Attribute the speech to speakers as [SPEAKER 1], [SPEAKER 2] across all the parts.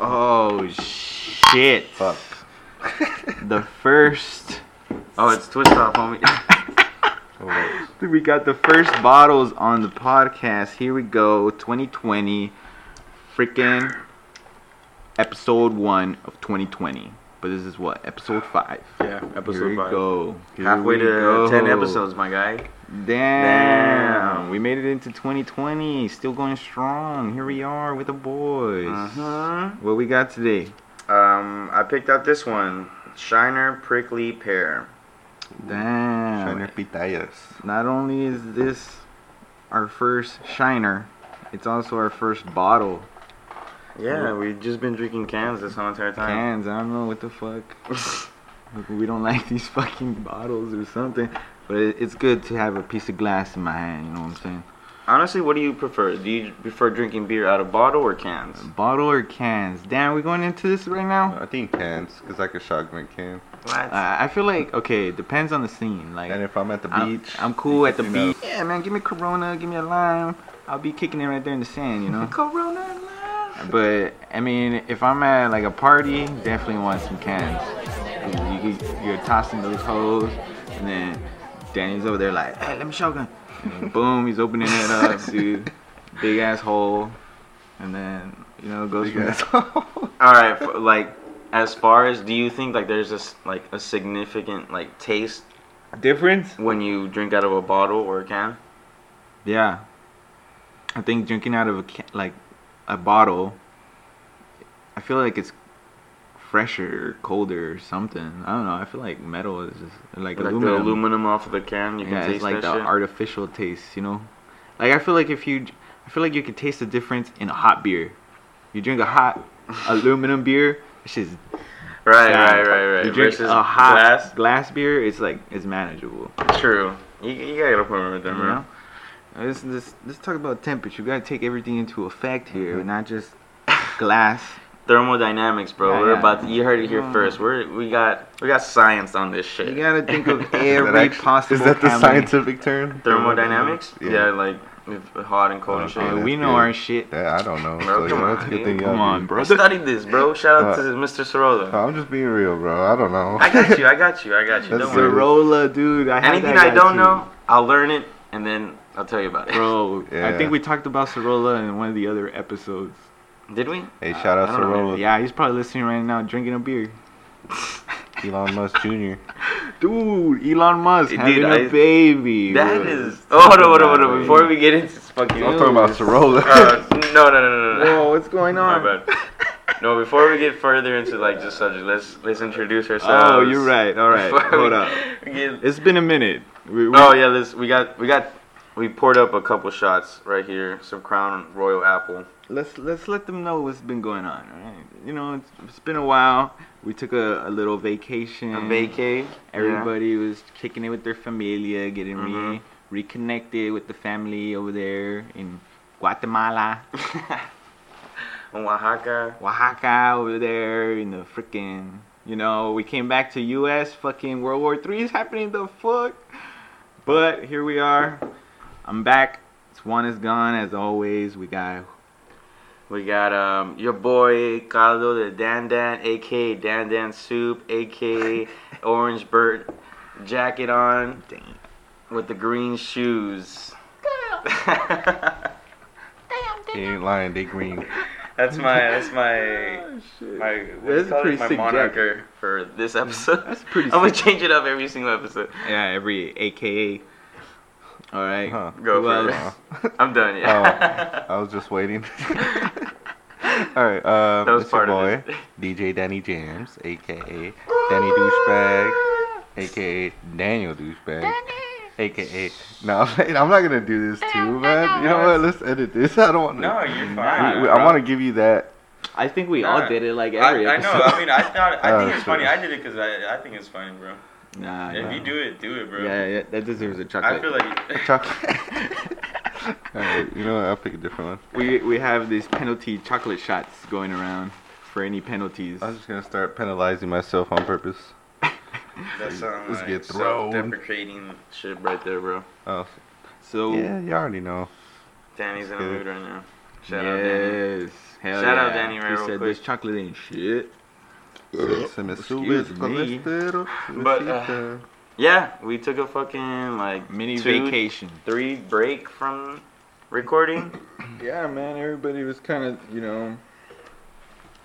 [SPEAKER 1] Oh shit!
[SPEAKER 2] Fuck.
[SPEAKER 1] The first. Oh, it's twist off, homie.
[SPEAKER 2] Oh,
[SPEAKER 1] we got the first bottles on the podcast. Here we go, 2020, freaking episode one of 2020. But this is what episode five.
[SPEAKER 2] Yeah, episode
[SPEAKER 1] Here we
[SPEAKER 2] five.
[SPEAKER 1] go. Here
[SPEAKER 3] Halfway
[SPEAKER 1] we
[SPEAKER 3] to
[SPEAKER 1] go.
[SPEAKER 3] ten episodes, my guy.
[SPEAKER 1] Damn.
[SPEAKER 3] Damn.
[SPEAKER 1] we made it into 2020, still going strong. Here we are with the boys.
[SPEAKER 3] Mhm.
[SPEAKER 1] What we got today?
[SPEAKER 3] Um, I picked out this one, Shiner Prickly Pear.
[SPEAKER 1] Damn.
[SPEAKER 2] Shiner Pitayas.
[SPEAKER 1] Not only is this our first shiner, it's also our first bottle.
[SPEAKER 3] Yeah, we've just been drinking cans this whole entire time.
[SPEAKER 1] Cans, I don't know what the fuck. we don't like these fucking bottles or something. But it, it's good to have a piece of glass in my hand, you know what I'm saying?
[SPEAKER 3] Honestly, what do you prefer? Do you prefer drinking beer out of bottle or cans?
[SPEAKER 1] Bottle or cans? Damn, we going into this right now?
[SPEAKER 2] I think cans, cause like a shotgun can.
[SPEAKER 3] What?
[SPEAKER 1] I I feel like, okay, it depends on the scene. Like,
[SPEAKER 2] And if I'm at the
[SPEAKER 1] I'm-
[SPEAKER 2] beach,
[SPEAKER 1] I'm, cool at the
[SPEAKER 2] you know.
[SPEAKER 1] beach. Yeah, man, give me Corona, give me a lime. I'll be kicking it right there in the sand, you know?
[SPEAKER 3] Corona.
[SPEAKER 1] But I mean, if I'm at like a party, definitely want some cans. You, you, you're tossing those hoes, and then Danny's over there like, "Hey, let me shotgun." And then boom, he's opening it up, dude. Big ass hole, and then you know it goes
[SPEAKER 2] Big
[SPEAKER 1] from
[SPEAKER 2] ass
[SPEAKER 3] All right, f- like as far as do you think like there's this like a significant like taste
[SPEAKER 1] difference.
[SPEAKER 3] when you drink out of a bottle or a can?
[SPEAKER 1] Yeah, I think drinking out of a ca- like a bottle, I feel like it's fresher, colder, or something. I don't know. I feel like metal is just like,
[SPEAKER 3] Like
[SPEAKER 1] aluminum.
[SPEAKER 3] the aluminum off of the can, you can
[SPEAKER 1] yeah,
[SPEAKER 3] taste
[SPEAKER 1] it's like
[SPEAKER 3] that
[SPEAKER 1] the
[SPEAKER 3] shit.
[SPEAKER 1] artificial taste, you know. Like I feel like if you, I feel like you can taste the difference in a hot beer. You drink a hot aluminum beer, it's just
[SPEAKER 3] right, right, right, right.
[SPEAKER 1] You drink
[SPEAKER 3] Versus
[SPEAKER 1] a hot
[SPEAKER 3] glass.
[SPEAKER 1] glass. beer, it's like it's manageable.
[SPEAKER 3] True. You, you gotta put them in
[SPEAKER 1] You
[SPEAKER 3] there,
[SPEAKER 1] know. Let's, let's, let's talk about temperature. You gotta take everything into effect here, not just glass.
[SPEAKER 3] Thermodynamics, bro.
[SPEAKER 1] Yeah,
[SPEAKER 3] We're
[SPEAKER 1] yeah.
[SPEAKER 3] about. To, you heard it here
[SPEAKER 1] Mm.
[SPEAKER 3] first. We're we got we got science on this shit.
[SPEAKER 1] You gotta think of
[SPEAKER 2] Is that
[SPEAKER 1] every
[SPEAKER 2] actu-
[SPEAKER 1] possible.
[SPEAKER 2] Is that the
[SPEAKER 1] family.
[SPEAKER 2] scientific term?
[SPEAKER 3] Thermodynamics.
[SPEAKER 2] Yeah.
[SPEAKER 3] Yeah, like if hot and cold and shit.
[SPEAKER 2] Okay,
[SPEAKER 1] Hey,
[SPEAKER 2] that's
[SPEAKER 1] Uh, we know
[SPEAKER 2] good.
[SPEAKER 1] our shit.
[SPEAKER 2] Yeah, I don't know.
[SPEAKER 3] Bro,
[SPEAKER 2] so,
[SPEAKER 3] come
[SPEAKER 2] yeah,
[SPEAKER 3] on,
[SPEAKER 2] that's a good
[SPEAKER 3] dude.
[SPEAKER 2] thing y'all
[SPEAKER 1] Come on,
[SPEAKER 2] do.
[SPEAKER 1] bro.
[SPEAKER 3] I studied this, bro. Shout out to
[SPEAKER 2] Uh,
[SPEAKER 3] Mr. Sorolla.
[SPEAKER 2] No, I'm just being real, bro. I don't know.
[SPEAKER 3] I got you. I got you. I got you.
[SPEAKER 2] That's
[SPEAKER 3] Don't worry.
[SPEAKER 2] serious.
[SPEAKER 1] Motorola, dude. I had
[SPEAKER 3] Anything
[SPEAKER 1] that
[SPEAKER 3] I
[SPEAKER 1] guy
[SPEAKER 3] don't
[SPEAKER 1] too.
[SPEAKER 3] know, I'll learn it and then I'll tell you about it.
[SPEAKER 1] Bro, I
[SPEAKER 2] Yeah.
[SPEAKER 1] think we talked about Sorolla in one of the other episodes.
[SPEAKER 3] Did we?
[SPEAKER 2] hey, shout out
[SPEAKER 3] I
[SPEAKER 2] to
[SPEAKER 3] don't know,
[SPEAKER 2] Rolla,
[SPEAKER 1] Yeah, he's probably listening right now, drinking a beer.
[SPEAKER 2] Elon Musk Jr.
[SPEAKER 1] Dude, Elon Musk
[SPEAKER 3] Dude,
[SPEAKER 1] having a
[SPEAKER 3] I-
[SPEAKER 1] baby.
[SPEAKER 3] That
[SPEAKER 1] bro.
[SPEAKER 3] is. Oh, hold on, hold on, hold on. Before we get into this fucking.
[SPEAKER 2] I'm talking about Sorolla.
[SPEAKER 3] Uh, no, no, no, no, no.
[SPEAKER 1] Whoa, what's going
[SPEAKER 3] My
[SPEAKER 1] on?
[SPEAKER 3] bad. No, before we get further into like this subject, let's let's introduce ourselves.
[SPEAKER 1] Oh, you're right. All right,
[SPEAKER 3] Before
[SPEAKER 1] hold
[SPEAKER 3] we
[SPEAKER 1] up.
[SPEAKER 3] get-
[SPEAKER 1] It's been a minute. We, we,
[SPEAKER 3] oh yeah, let's. We got we got we poured up a couple shots right here. Some Crown Royal Apple.
[SPEAKER 1] Let's let's let them know what's been going on. All right, you know it's, it's been a while. We took a, a little vacation.
[SPEAKER 3] A vacay.
[SPEAKER 1] Everybody was kicking it with their familia, getting re-
[SPEAKER 3] Mhm.
[SPEAKER 1] reconnected with the family over there in Guatemala,
[SPEAKER 3] In Oaxaca.
[SPEAKER 1] Oaxaca over there in the freaking. You know, we came back to U.S. Fucking World War Three is happening. The fuck. But here we are. I'm back. Swan is gone as always. We got
[SPEAKER 3] We got um your boy Caldo the Dan Dan, aka Dan Dan Soup, aka Orange Bird jacket on
[SPEAKER 1] Damn.
[SPEAKER 3] with the green shoes.
[SPEAKER 2] He ain't lying. They green.
[SPEAKER 3] that's my that's my
[SPEAKER 1] Oh, shit.
[SPEAKER 3] my what do you
[SPEAKER 1] That's
[SPEAKER 3] call it?
[SPEAKER 1] pretty
[SPEAKER 3] my
[SPEAKER 1] sick jacket.
[SPEAKER 3] moniker for this episode.
[SPEAKER 1] That's pretty
[SPEAKER 3] I'm gonna
[SPEAKER 1] sick.
[SPEAKER 3] change it up every single episode.
[SPEAKER 1] Yeah, every AKA. All right.
[SPEAKER 2] Huh.
[SPEAKER 3] Go
[SPEAKER 1] Well, Oh.
[SPEAKER 3] for
[SPEAKER 2] Uh,
[SPEAKER 3] it. I'm done. Yeah.
[SPEAKER 2] I was just waiting. All right,
[SPEAKER 3] That
[SPEAKER 2] um,
[SPEAKER 3] was
[SPEAKER 2] it's your
[SPEAKER 3] part of
[SPEAKER 2] boy, DJ Danny James, aka Danny Douchebag, aka Daniel Douchebag, aka. No, I'm I'm not gonna do this too, man. You know what? Let's edit this. I don't want to.
[SPEAKER 3] no, you're
[SPEAKER 1] Nah,
[SPEAKER 3] fine.
[SPEAKER 1] we-
[SPEAKER 2] I
[SPEAKER 3] bro.
[SPEAKER 2] want to give you that.
[SPEAKER 1] I think we
[SPEAKER 3] Nah.
[SPEAKER 1] all did it like
[SPEAKER 3] I,
[SPEAKER 1] every
[SPEAKER 3] I know.
[SPEAKER 1] episode.
[SPEAKER 3] I mean, I thought I
[SPEAKER 2] Oh,
[SPEAKER 3] think it's
[SPEAKER 2] sure.
[SPEAKER 3] funny. I did it because I, I think it's funny, bro.
[SPEAKER 1] Nah,
[SPEAKER 3] If
[SPEAKER 1] nah.
[SPEAKER 3] you do it, do it, bro.
[SPEAKER 1] Yeah, yeah, that deserves a chocolate.
[SPEAKER 3] I feel like
[SPEAKER 2] Chocolate. All right, you know what? I'll pick a different one.
[SPEAKER 1] we we have these penalty chocolate shots going around for any penalties.
[SPEAKER 2] I was just gonna start penalizing myself on purpose.
[SPEAKER 3] that sounds
[SPEAKER 2] Let's
[SPEAKER 3] like
[SPEAKER 2] get thrown.
[SPEAKER 3] self-deprecating shit right there, bro.
[SPEAKER 2] Oh,
[SPEAKER 1] So
[SPEAKER 2] yeah, you already know.
[SPEAKER 3] Danny's in a
[SPEAKER 2] Good.
[SPEAKER 3] mood right now. Shout
[SPEAKER 1] yes,
[SPEAKER 3] out, Danny.
[SPEAKER 1] hell
[SPEAKER 3] Shout
[SPEAKER 1] yeah.
[SPEAKER 3] out Danny right
[SPEAKER 1] Piece
[SPEAKER 3] real
[SPEAKER 1] said
[SPEAKER 3] quick.
[SPEAKER 1] this chocolate ain't shit.
[SPEAKER 2] Se me sube
[SPEAKER 1] Excuse
[SPEAKER 2] el
[SPEAKER 1] me.
[SPEAKER 2] colesterol.
[SPEAKER 3] But, uh, Yeah, we took a fucking like
[SPEAKER 1] Mini
[SPEAKER 3] two,
[SPEAKER 1] vacation.
[SPEAKER 3] three break from recording.
[SPEAKER 1] Yeah, man. Everybody was kind of, you know,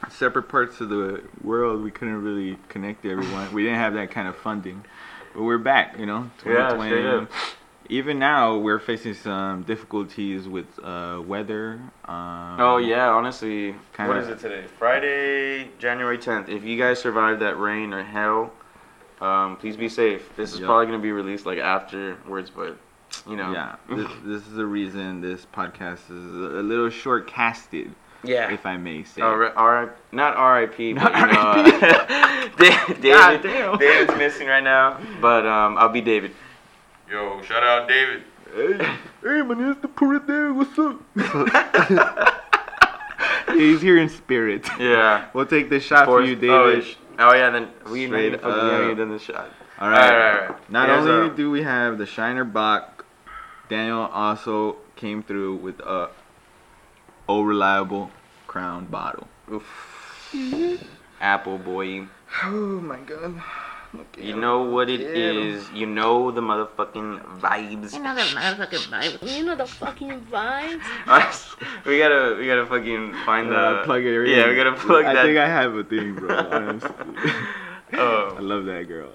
[SPEAKER 1] separate parts of the world. We couldn't really connect to everyone. we didn't have that kind of funding, but we're back. You know,
[SPEAKER 3] Yeah, straight up.
[SPEAKER 1] Even now, we're facing some difficulties with uh, weather. Um,
[SPEAKER 3] Oh yeah, honestly.
[SPEAKER 1] Kinda-
[SPEAKER 3] What is it today? Friday, January 10th. If you guys survived that rain or hail, um, please be safe. This is
[SPEAKER 1] Yep.
[SPEAKER 3] probably gonna be released like afterwards, but you know.
[SPEAKER 1] Yeah, this, this is the reason this podcast is a little short casted,
[SPEAKER 3] Yeah.
[SPEAKER 1] if I may say.
[SPEAKER 3] R- Oh, R- not R.I.P. But you
[SPEAKER 1] Not
[SPEAKER 3] know, uh, Da-
[SPEAKER 1] God
[SPEAKER 3] David,
[SPEAKER 1] damn.
[SPEAKER 3] David's missing right now. But um, I'll be David. Yo, shout out David.
[SPEAKER 1] Hey, hey, man, it's the poor there. What's up? He's here in spirit.
[SPEAKER 3] Yeah.
[SPEAKER 1] We'll take this shot for
[SPEAKER 3] Forrest-
[SPEAKER 1] you,
[SPEAKER 3] Oh,
[SPEAKER 1] David.
[SPEAKER 3] it's- oh, yeah, then we
[SPEAKER 1] Straight
[SPEAKER 3] made fucking
[SPEAKER 1] up.
[SPEAKER 3] done the shot.
[SPEAKER 1] All
[SPEAKER 3] All
[SPEAKER 1] right.
[SPEAKER 3] right, all right, all right.
[SPEAKER 1] Not
[SPEAKER 3] Here's
[SPEAKER 1] only
[SPEAKER 3] a-
[SPEAKER 1] do we have the Shiner Bach, Daniel also came through with a O Reliable Crown bottle.
[SPEAKER 3] Apple boy.
[SPEAKER 1] Oh my god.
[SPEAKER 3] You know what it is. You know the motherfucking vibes.
[SPEAKER 4] You know the motherfucking vibes. You know the fucking vibes.
[SPEAKER 3] we gotta, we gotta fucking find the.
[SPEAKER 1] Uh, plug it in.
[SPEAKER 3] uh, Yeah, we gotta plug
[SPEAKER 1] I
[SPEAKER 3] that.
[SPEAKER 1] think I have a thing, bro. honestly. I
[SPEAKER 3] oh,
[SPEAKER 1] love that girl.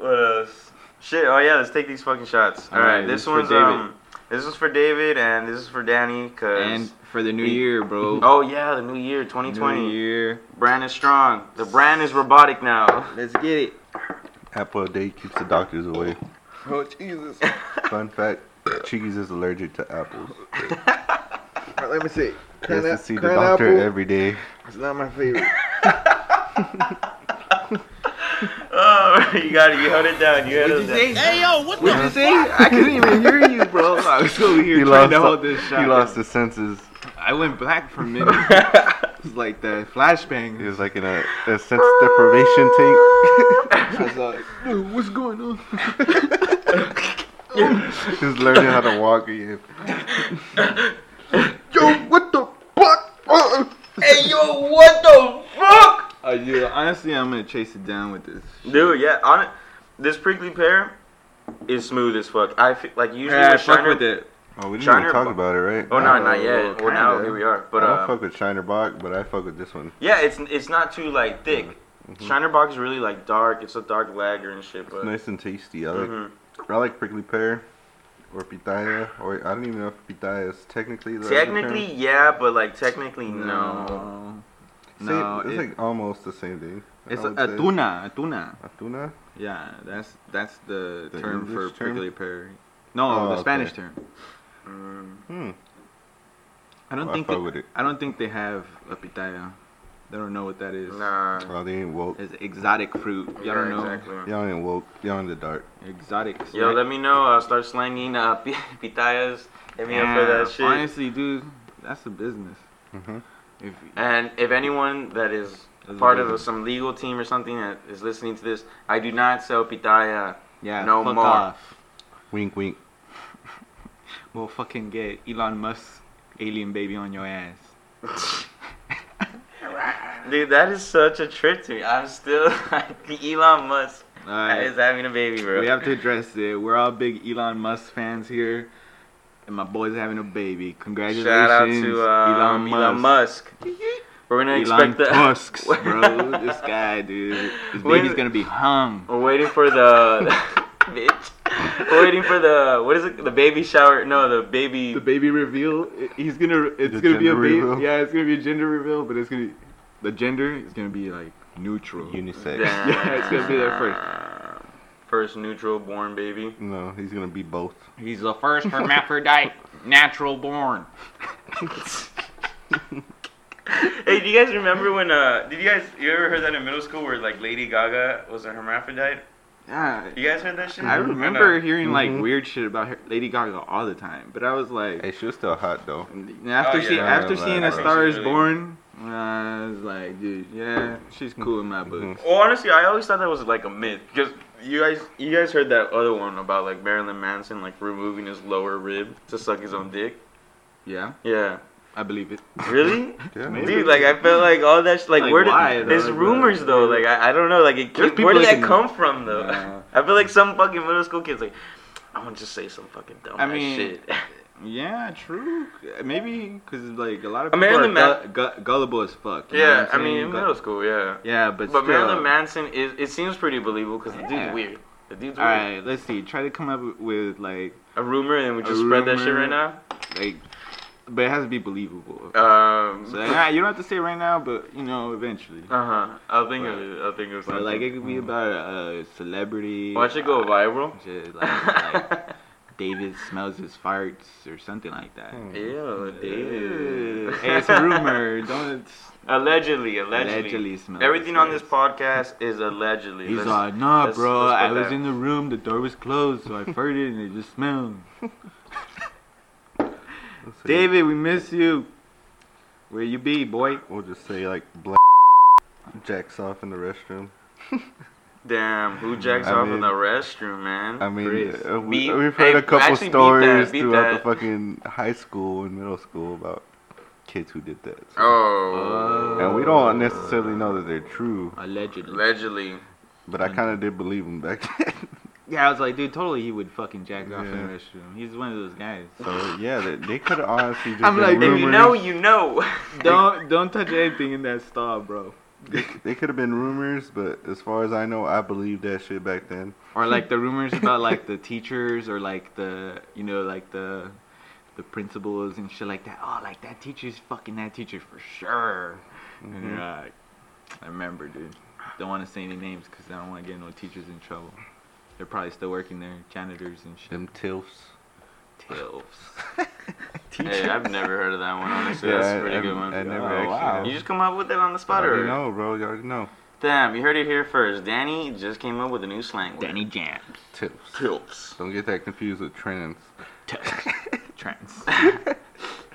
[SPEAKER 3] what else? Uh, Shit. Oh yeah, let's take these fucking shots. All
[SPEAKER 1] All
[SPEAKER 3] right,
[SPEAKER 1] right, this
[SPEAKER 3] this
[SPEAKER 1] is for
[SPEAKER 3] one's
[SPEAKER 1] David.
[SPEAKER 3] um, this is for David and this is for Danny. Cause
[SPEAKER 1] And for the new
[SPEAKER 3] we-
[SPEAKER 1] year, bro.
[SPEAKER 3] oh yeah, the new year, 2020.
[SPEAKER 1] New year.
[SPEAKER 3] Brand is strong. The brand is robotic now.
[SPEAKER 1] Let's get it.
[SPEAKER 2] Apple a day keeps the doctors away.
[SPEAKER 1] Oh Jesus.
[SPEAKER 2] Fun fact: Cheese is allergic to apples.
[SPEAKER 1] Let me see.
[SPEAKER 2] He has to see the doctor every day.
[SPEAKER 1] It's not my favorite.
[SPEAKER 3] Oh, you got it. You held it down. You held it down.
[SPEAKER 1] Hey yo, what did you say? I couldn't even hear you, bro. I was over here
[SPEAKER 2] He
[SPEAKER 1] trying
[SPEAKER 2] lost.
[SPEAKER 1] to hold
[SPEAKER 2] he
[SPEAKER 1] this shot.
[SPEAKER 2] lost his senses.
[SPEAKER 1] I went black for a minute. it was like that flashbang.
[SPEAKER 2] He was like in a, a sense deprivation tank.
[SPEAKER 1] I was like, dude, what's going on?
[SPEAKER 2] he was learning how to walk again.
[SPEAKER 1] yo, what the fuck?
[SPEAKER 2] Oh,
[SPEAKER 1] Uh,
[SPEAKER 3] Hey yo, what the fuck?
[SPEAKER 1] uh, yeah, honestly, I'm gonna chase it down with this.
[SPEAKER 3] Dude, yeah, on it. This prickly pear is smooth as fuck. I feel like usually
[SPEAKER 1] Yeah, I
[SPEAKER 3] with
[SPEAKER 1] fuck
[SPEAKER 3] Shiner.
[SPEAKER 1] with it.
[SPEAKER 2] Oh, we didn't
[SPEAKER 3] Shiner
[SPEAKER 2] even talk
[SPEAKER 3] bu-
[SPEAKER 2] about it, right?
[SPEAKER 3] Oh no, not yet.
[SPEAKER 1] Oh,
[SPEAKER 3] well, now
[SPEAKER 1] kinda.
[SPEAKER 3] here we are.
[SPEAKER 2] I
[SPEAKER 3] But
[SPEAKER 2] don't
[SPEAKER 3] uh,
[SPEAKER 2] fuck with Shiner Bach, but I fuck with this one.
[SPEAKER 3] yeah, it's it's not too like thick. Shiner box is really like dark. It's a dark lager and shit. But
[SPEAKER 2] It's nice and tasty. I like,
[SPEAKER 3] Mhm.
[SPEAKER 2] I like prickly pear or pitaya, or I don't even know if pitaya is technically the other term.
[SPEAKER 3] Mm-hmm. technically, yeah, but like technically, no.
[SPEAKER 2] Same-
[SPEAKER 1] No,
[SPEAKER 2] it's
[SPEAKER 1] it-
[SPEAKER 2] like almost the same thing. I
[SPEAKER 1] It's a,
[SPEAKER 2] would say.
[SPEAKER 1] a tuna, a tuna.
[SPEAKER 2] A tuna?
[SPEAKER 1] Yeah, that's that's the,
[SPEAKER 2] The
[SPEAKER 1] term
[SPEAKER 2] English
[SPEAKER 1] for
[SPEAKER 2] term?
[SPEAKER 1] prickly pear. No,
[SPEAKER 2] Oh,
[SPEAKER 1] the
[SPEAKER 2] okay.
[SPEAKER 1] Spanish term.
[SPEAKER 3] Mm.
[SPEAKER 2] Hmm.
[SPEAKER 1] Oh, I don't
[SPEAKER 2] I
[SPEAKER 1] think
[SPEAKER 2] fuck
[SPEAKER 1] they-
[SPEAKER 2] with it.
[SPEAKER 1] I don't think they have a pitaya. They don't know what that is.
[SPEAKER 3] Mm, Nah.
[SPEAKER 2] Oh, they ain't woke.
[SPEAKER 1] It's exotic fruit. Y'all
[SPEAKER 3] Yeah,
[SPEAKER 1] don't know.
[SPEAKER 3] Exactly.
[SPEAKER 2] Y'all ain't woke. Y'all in the dark.
[SPEAKER 1] Exotic.
[SPEAKER 3] Yo, let me know. I'll start slanging uh, pi- pitayas. Hit me up for that shit.
[SPEAKER 1] Honestly, dude, that's the business.
[SPEAKER 3] Mm-hmm.
[SPEAKER 2] Mhm.
[SPEAKER 1] If
[SPEAKER 3] And if anyone that is
[SPEAKER 1] That's
[SPEAKER 3] part
[SPEAKER 1] amazing.
[SPEAKER 3] of some legal team or something that is listening to this, I do not sell pitaya.
[SPEAKER 1] yeah,
[SPEAKER 3] No
[SPEAKER 1] fuck
[SPEAKER 3] more.
[SPEAKER 1] off.
[SPEAKER 2] Wink, wink.
[SPEAKER 1] We'll fucking get Elon Musk's alien baby on your ass.
[SPEAKER 3] Dude, that is such a trip to me. I'm still like Elon Musk
[SPEAKER 1] All right,
[SPEAKER 3] is having a baby, bro.
[SPEAKER 1] we have to address it. We're all big Elon Musk fans here, and my boy's having a baby. Congratulations,
[SPEAKER 3] Shout out to um, Elon, Musk. We're gonna
[SPEAKER 1] Elon
[SPEAKER 3] expect the.
[SPEAKER 1] Tusks, bro. this guy, dude. His
[SPEAKER 3] When-
[SPEAKER 1] baby's gonna be hung.
[SPEAKER 3] We're waiting for the. bitch. We're waiting for the what is it? The baby shower? No, the baby.
[SPEAKER 1] The baby reveal. it- He's gonna. It's
[SPEAKER 2] The
[SPEAKER 1] gonna be a
[SPEAKER 2] gender
[SPEAKER 1] baby.
[SPEAKER 2] reveal?
[SPEAKER 1] Yeah, it's gonna be a gender reveal, but it's gonna. Be, the gender is gonna be like neutral.
[SPEAKER 2] Unisex.
[SPEAKER 1] Yeah, it's gonna be there
[SPEAKER 3] first. First neutral born baby.
[SPEAKER 2] No, he's gonna be both.
[SPEAKER 1] He's the first hermaphrodite, natural born.
[SPEAKER 3] Hey, do you guys remember when? uh Did you guys you ever heard that in middle school where like Lady Gaga was a hermaphrodite?
[SPEAKER 1] Yeah,
[SPEAKER 3] You guys heard that shit? uh,
[SPEAKER 1] I remember
[SPEAKER 3] No.
[SPEAKER 1] hearing like
[SPEAKER 2] Mhm.
[SPEAKER 1] weird shit about her, Lady Gaga all the time, but I was like,
[SPEAKER 2] Hey, she was still hot though.
[SPEAKER 1] and after
[SPEAKER 3] Oh, yeah.
[SPEAKER 1] see, after
[SPEAKER 2] Yeah,
[SPEAKER 1] seeing
[SPEAKER 2] like,
[SPEAKER 1] A Star Is
[SPEAKER 3] really-
[SPEAKER 1] Born, uh, I was like, dude, yeah, she's cool in my book.
[SPEAKER 2] Mm-hmm.
[SPEAKER 3] Well, honestly, I always thought that was like a myth because you guys you guys heard that other one about like Marilyn Manson like removing his lower rib to suck his own dick.
[SPEAKER 1] Yeah,
[SPEAKER 3] Yeah.
[SPEAKER 1] I believe it.
[SPEAKER 3] Really?
[SPEAKER 2] Yeah.
[SPEAKER 3] Dude, like I felt like all that. Sh- like,
[SPEAKER 1] Like,
[SPEAKER 3] where did
[SPEAKER 1] why, though?
[SPEAKER 3] there's
[SPEAKER 1] Like,
[SPEAKER 3] rumors
[SPEAKER 1] what-
[SPEAKER 3] though? Like I, I don't know. Like it,
[SPEAKER 1] There's
[SPEAKER 3] where
[SPEAKER 1] people
[SPEAKER 3] did
[SPEAKER 1] that
[SPEAKER 3] that
[SPEAKER 1] can-
[SPEAKER 3] come from though?
[SPEAKER 1] Yeah.
[SPEAKER 3] I feel like some fucking middle school kids like I want to just say some fucking dumb
[SPEAKER 1] I mean,
[SPEAKER 3] shit.
[SPEAKER 1] Yeah, true. Maybe because like a lot of
[SPEAKER 3] Uh,
[SPEAKER 1] people
[SPEAKER 3] Marilyn
[SPEAKER 1] are gu- gu- gullible as fuck. you know
[SPEAKER 3] yeah,
[SPEAKER 1] what
[SPEAKER 3] I
[SPEAKER 1] I'm
[SPEAKER 3] mean
[SPEAKER 1] saying?
[SPEAKER 3] in
[SPEAKER 1] Gu-
[SPEAKER 3] middle school, yeah.
[SPEAKER 1] yeah, but
[SPEAKER 3] But
[SPEAKER 1] still.
[SPEAKER 3] Marilyn Manson is it seems pretty believable because the
[SPEAKER 1] Yeah.
[SPEAKER 3] dude's weird. The dude's weird.
[SPEAKER 1] All right, let's see. Try to come up with like
[SPEAKER 3] A rumor and we
[SPEAKER 1] A
[SPEAKER 3] just spread that shit
[SPEAKER 1] rumor.
[SPEAKER 3] right now.
[SPEAKER 1] like, but it has to be believable.
[SPEAKER 3] Um.
[SPEAKER 1] So nah, you don't have to say it right now, but you know eventually.
[SPEAKER 3] uh huh. I'll think of it. I'll think of
[SPEAKER 1] But
[SPEAKER 3] something.
[SPEAKER 1] like it could be about a celebrity.
[SPEAKER 3] Watch it go
[SPEAKER 1] uh,
[SPEAKER 3] viral.
[SPEAKER 1] Shit, like, like David smells his farts or something like that.
[SPEAKER 2] Hmm.
[SPEAKER 3] Ew,
[SPEAKER 1] Ew.
[SPEAKER 3] dude.
[SPEAKER 1] hey, it's a rumor. Don't
[SPEAKER 3] Allegedly, allegedly.
[SPEAKER 1] allegedly smell.
[SPEAKER 3] Everything
[SPEAKER 1] his
[SPEAKER 3] on this
[SPEAKER 1] farts.
[SPEAKER 3] podcast is allegedly.
[SPEAKER 1] He's
[SPEAKER 3] Let's-
[SPEAKER 1] like, nah,
[SPEAKER 3] let's-
[SPEAKER 1] bro.
[SPEAKER 3] let's put
[SPEAKER 1] I was
[SPEAKER 3] that-
[SPEAKER 1] in the room. The door was closed, so I farted and it just smelled.
[SPEAKER 2] Let's see.
[SPEAKER 1] David, we miss you. Where you be, boy?
[SPEAKER 2] We'll just say like black jacks off in the restroom.
[SPEAKER 3] Damn, who jacks
[SPEAKER 2] I
[SPEAKER 3] off in
[SPEAKER 2] mean-
[SPEAKER 3] the restroom, man?
[SPEAKER 2] I mean,
[SPEAKER 1] Grease.
[SPEAKER 2] uh, we,
[SPEAKER 3] Beat-
[SPEAKER 2] we've heard
[SPEAKER 3] hey,
[SPEAKER 2] a couple
[SPEAKER 3] actually beat that,
[SPEAKER 2] stories
[SPEAKER 3] beat
[SPEAKER 2] throughout
[SPEAKER 3] that.
[SPEAKER 2] the fucking high school and middle school about kids who did that. so-
[SPEAKER 3] oh,
[SPEAKER 2] And we don't necessarily know that they're true,
[SPEAKER 1] Allegedly.
[SPEAKER 3] allegedly.
[SPEAKER 2] but
[SPEAKER 3] Mm.
[SPEAKER 2] I kind of did believe them back then.
[SPEAKER 1] Yeah, I was like, dude, totally, he would fucking jack off in the
[SPEAKER 2] Yeah.
[SPEAKER 1] restroom. He's one of those guys.
[SPEAKER 2] So yeah, they, they could honestly just.
[SPEAKER 1] I'm
[SPEAKER 2] been
[SPEAKER 1] like,
[SPEAKER 3] If
[SPEAKER 2] rumors.
[SPEAKER 3] you know, you know.
[SPEAKER 1] Don't don't touch anything in that stall, bro.
[SPEAKER 2] They, they could have been rumors, but as far as I know, I believed that shit back then.
[SPEAKER 1] Or like the rumors about like the teachers or like the you know like the the principals and shit like that. Oh, like that teacher's fucking that teacher for sure. And you're like, I remember, dude. Don't want to say any names because I don't want to get no teachers in trouble. They're probably still working there, janitors and shit.
[SPEAKER 2] Them tilfs.
[SPEAKER 1] Tilfs.
[SPEAKER 3] hey, I've never heard of that one. Honestly,
[SPEAKER 2] Yeah,
[SPEAKER 3] that's a
[SPEAKER 2] I-
[SPEAKER 3] pretty
[SPEAKER 2] I-
[SPEAKER 3] good one.
[SPEAKER 2] I never
[SPEAKER 1] Oh,
[SPEAKER 2] actually.
[SPEAKER 1] wow.
[SPEAKER 2] Wow.
[SPEAKER 3] You just come up with it on the
[SPEAKER 2] I
[SPEAKER 3] spot,
[SPEAKER 2] already
[SPEAKER 3] or
[SPEAKER 2] know, bro. You already know.
[SPEAKER 3] damn, you heard it here first. Danny just came up with a new slang word.
[SPEAKER 1] Danny Jams.
[SPEAKER 2] Tilfs.
[SPEAKER 3] tilps.
[SPEAKER 2] Don't get that confused with trends.
[SPEAKER 1] Tilfs. Trans.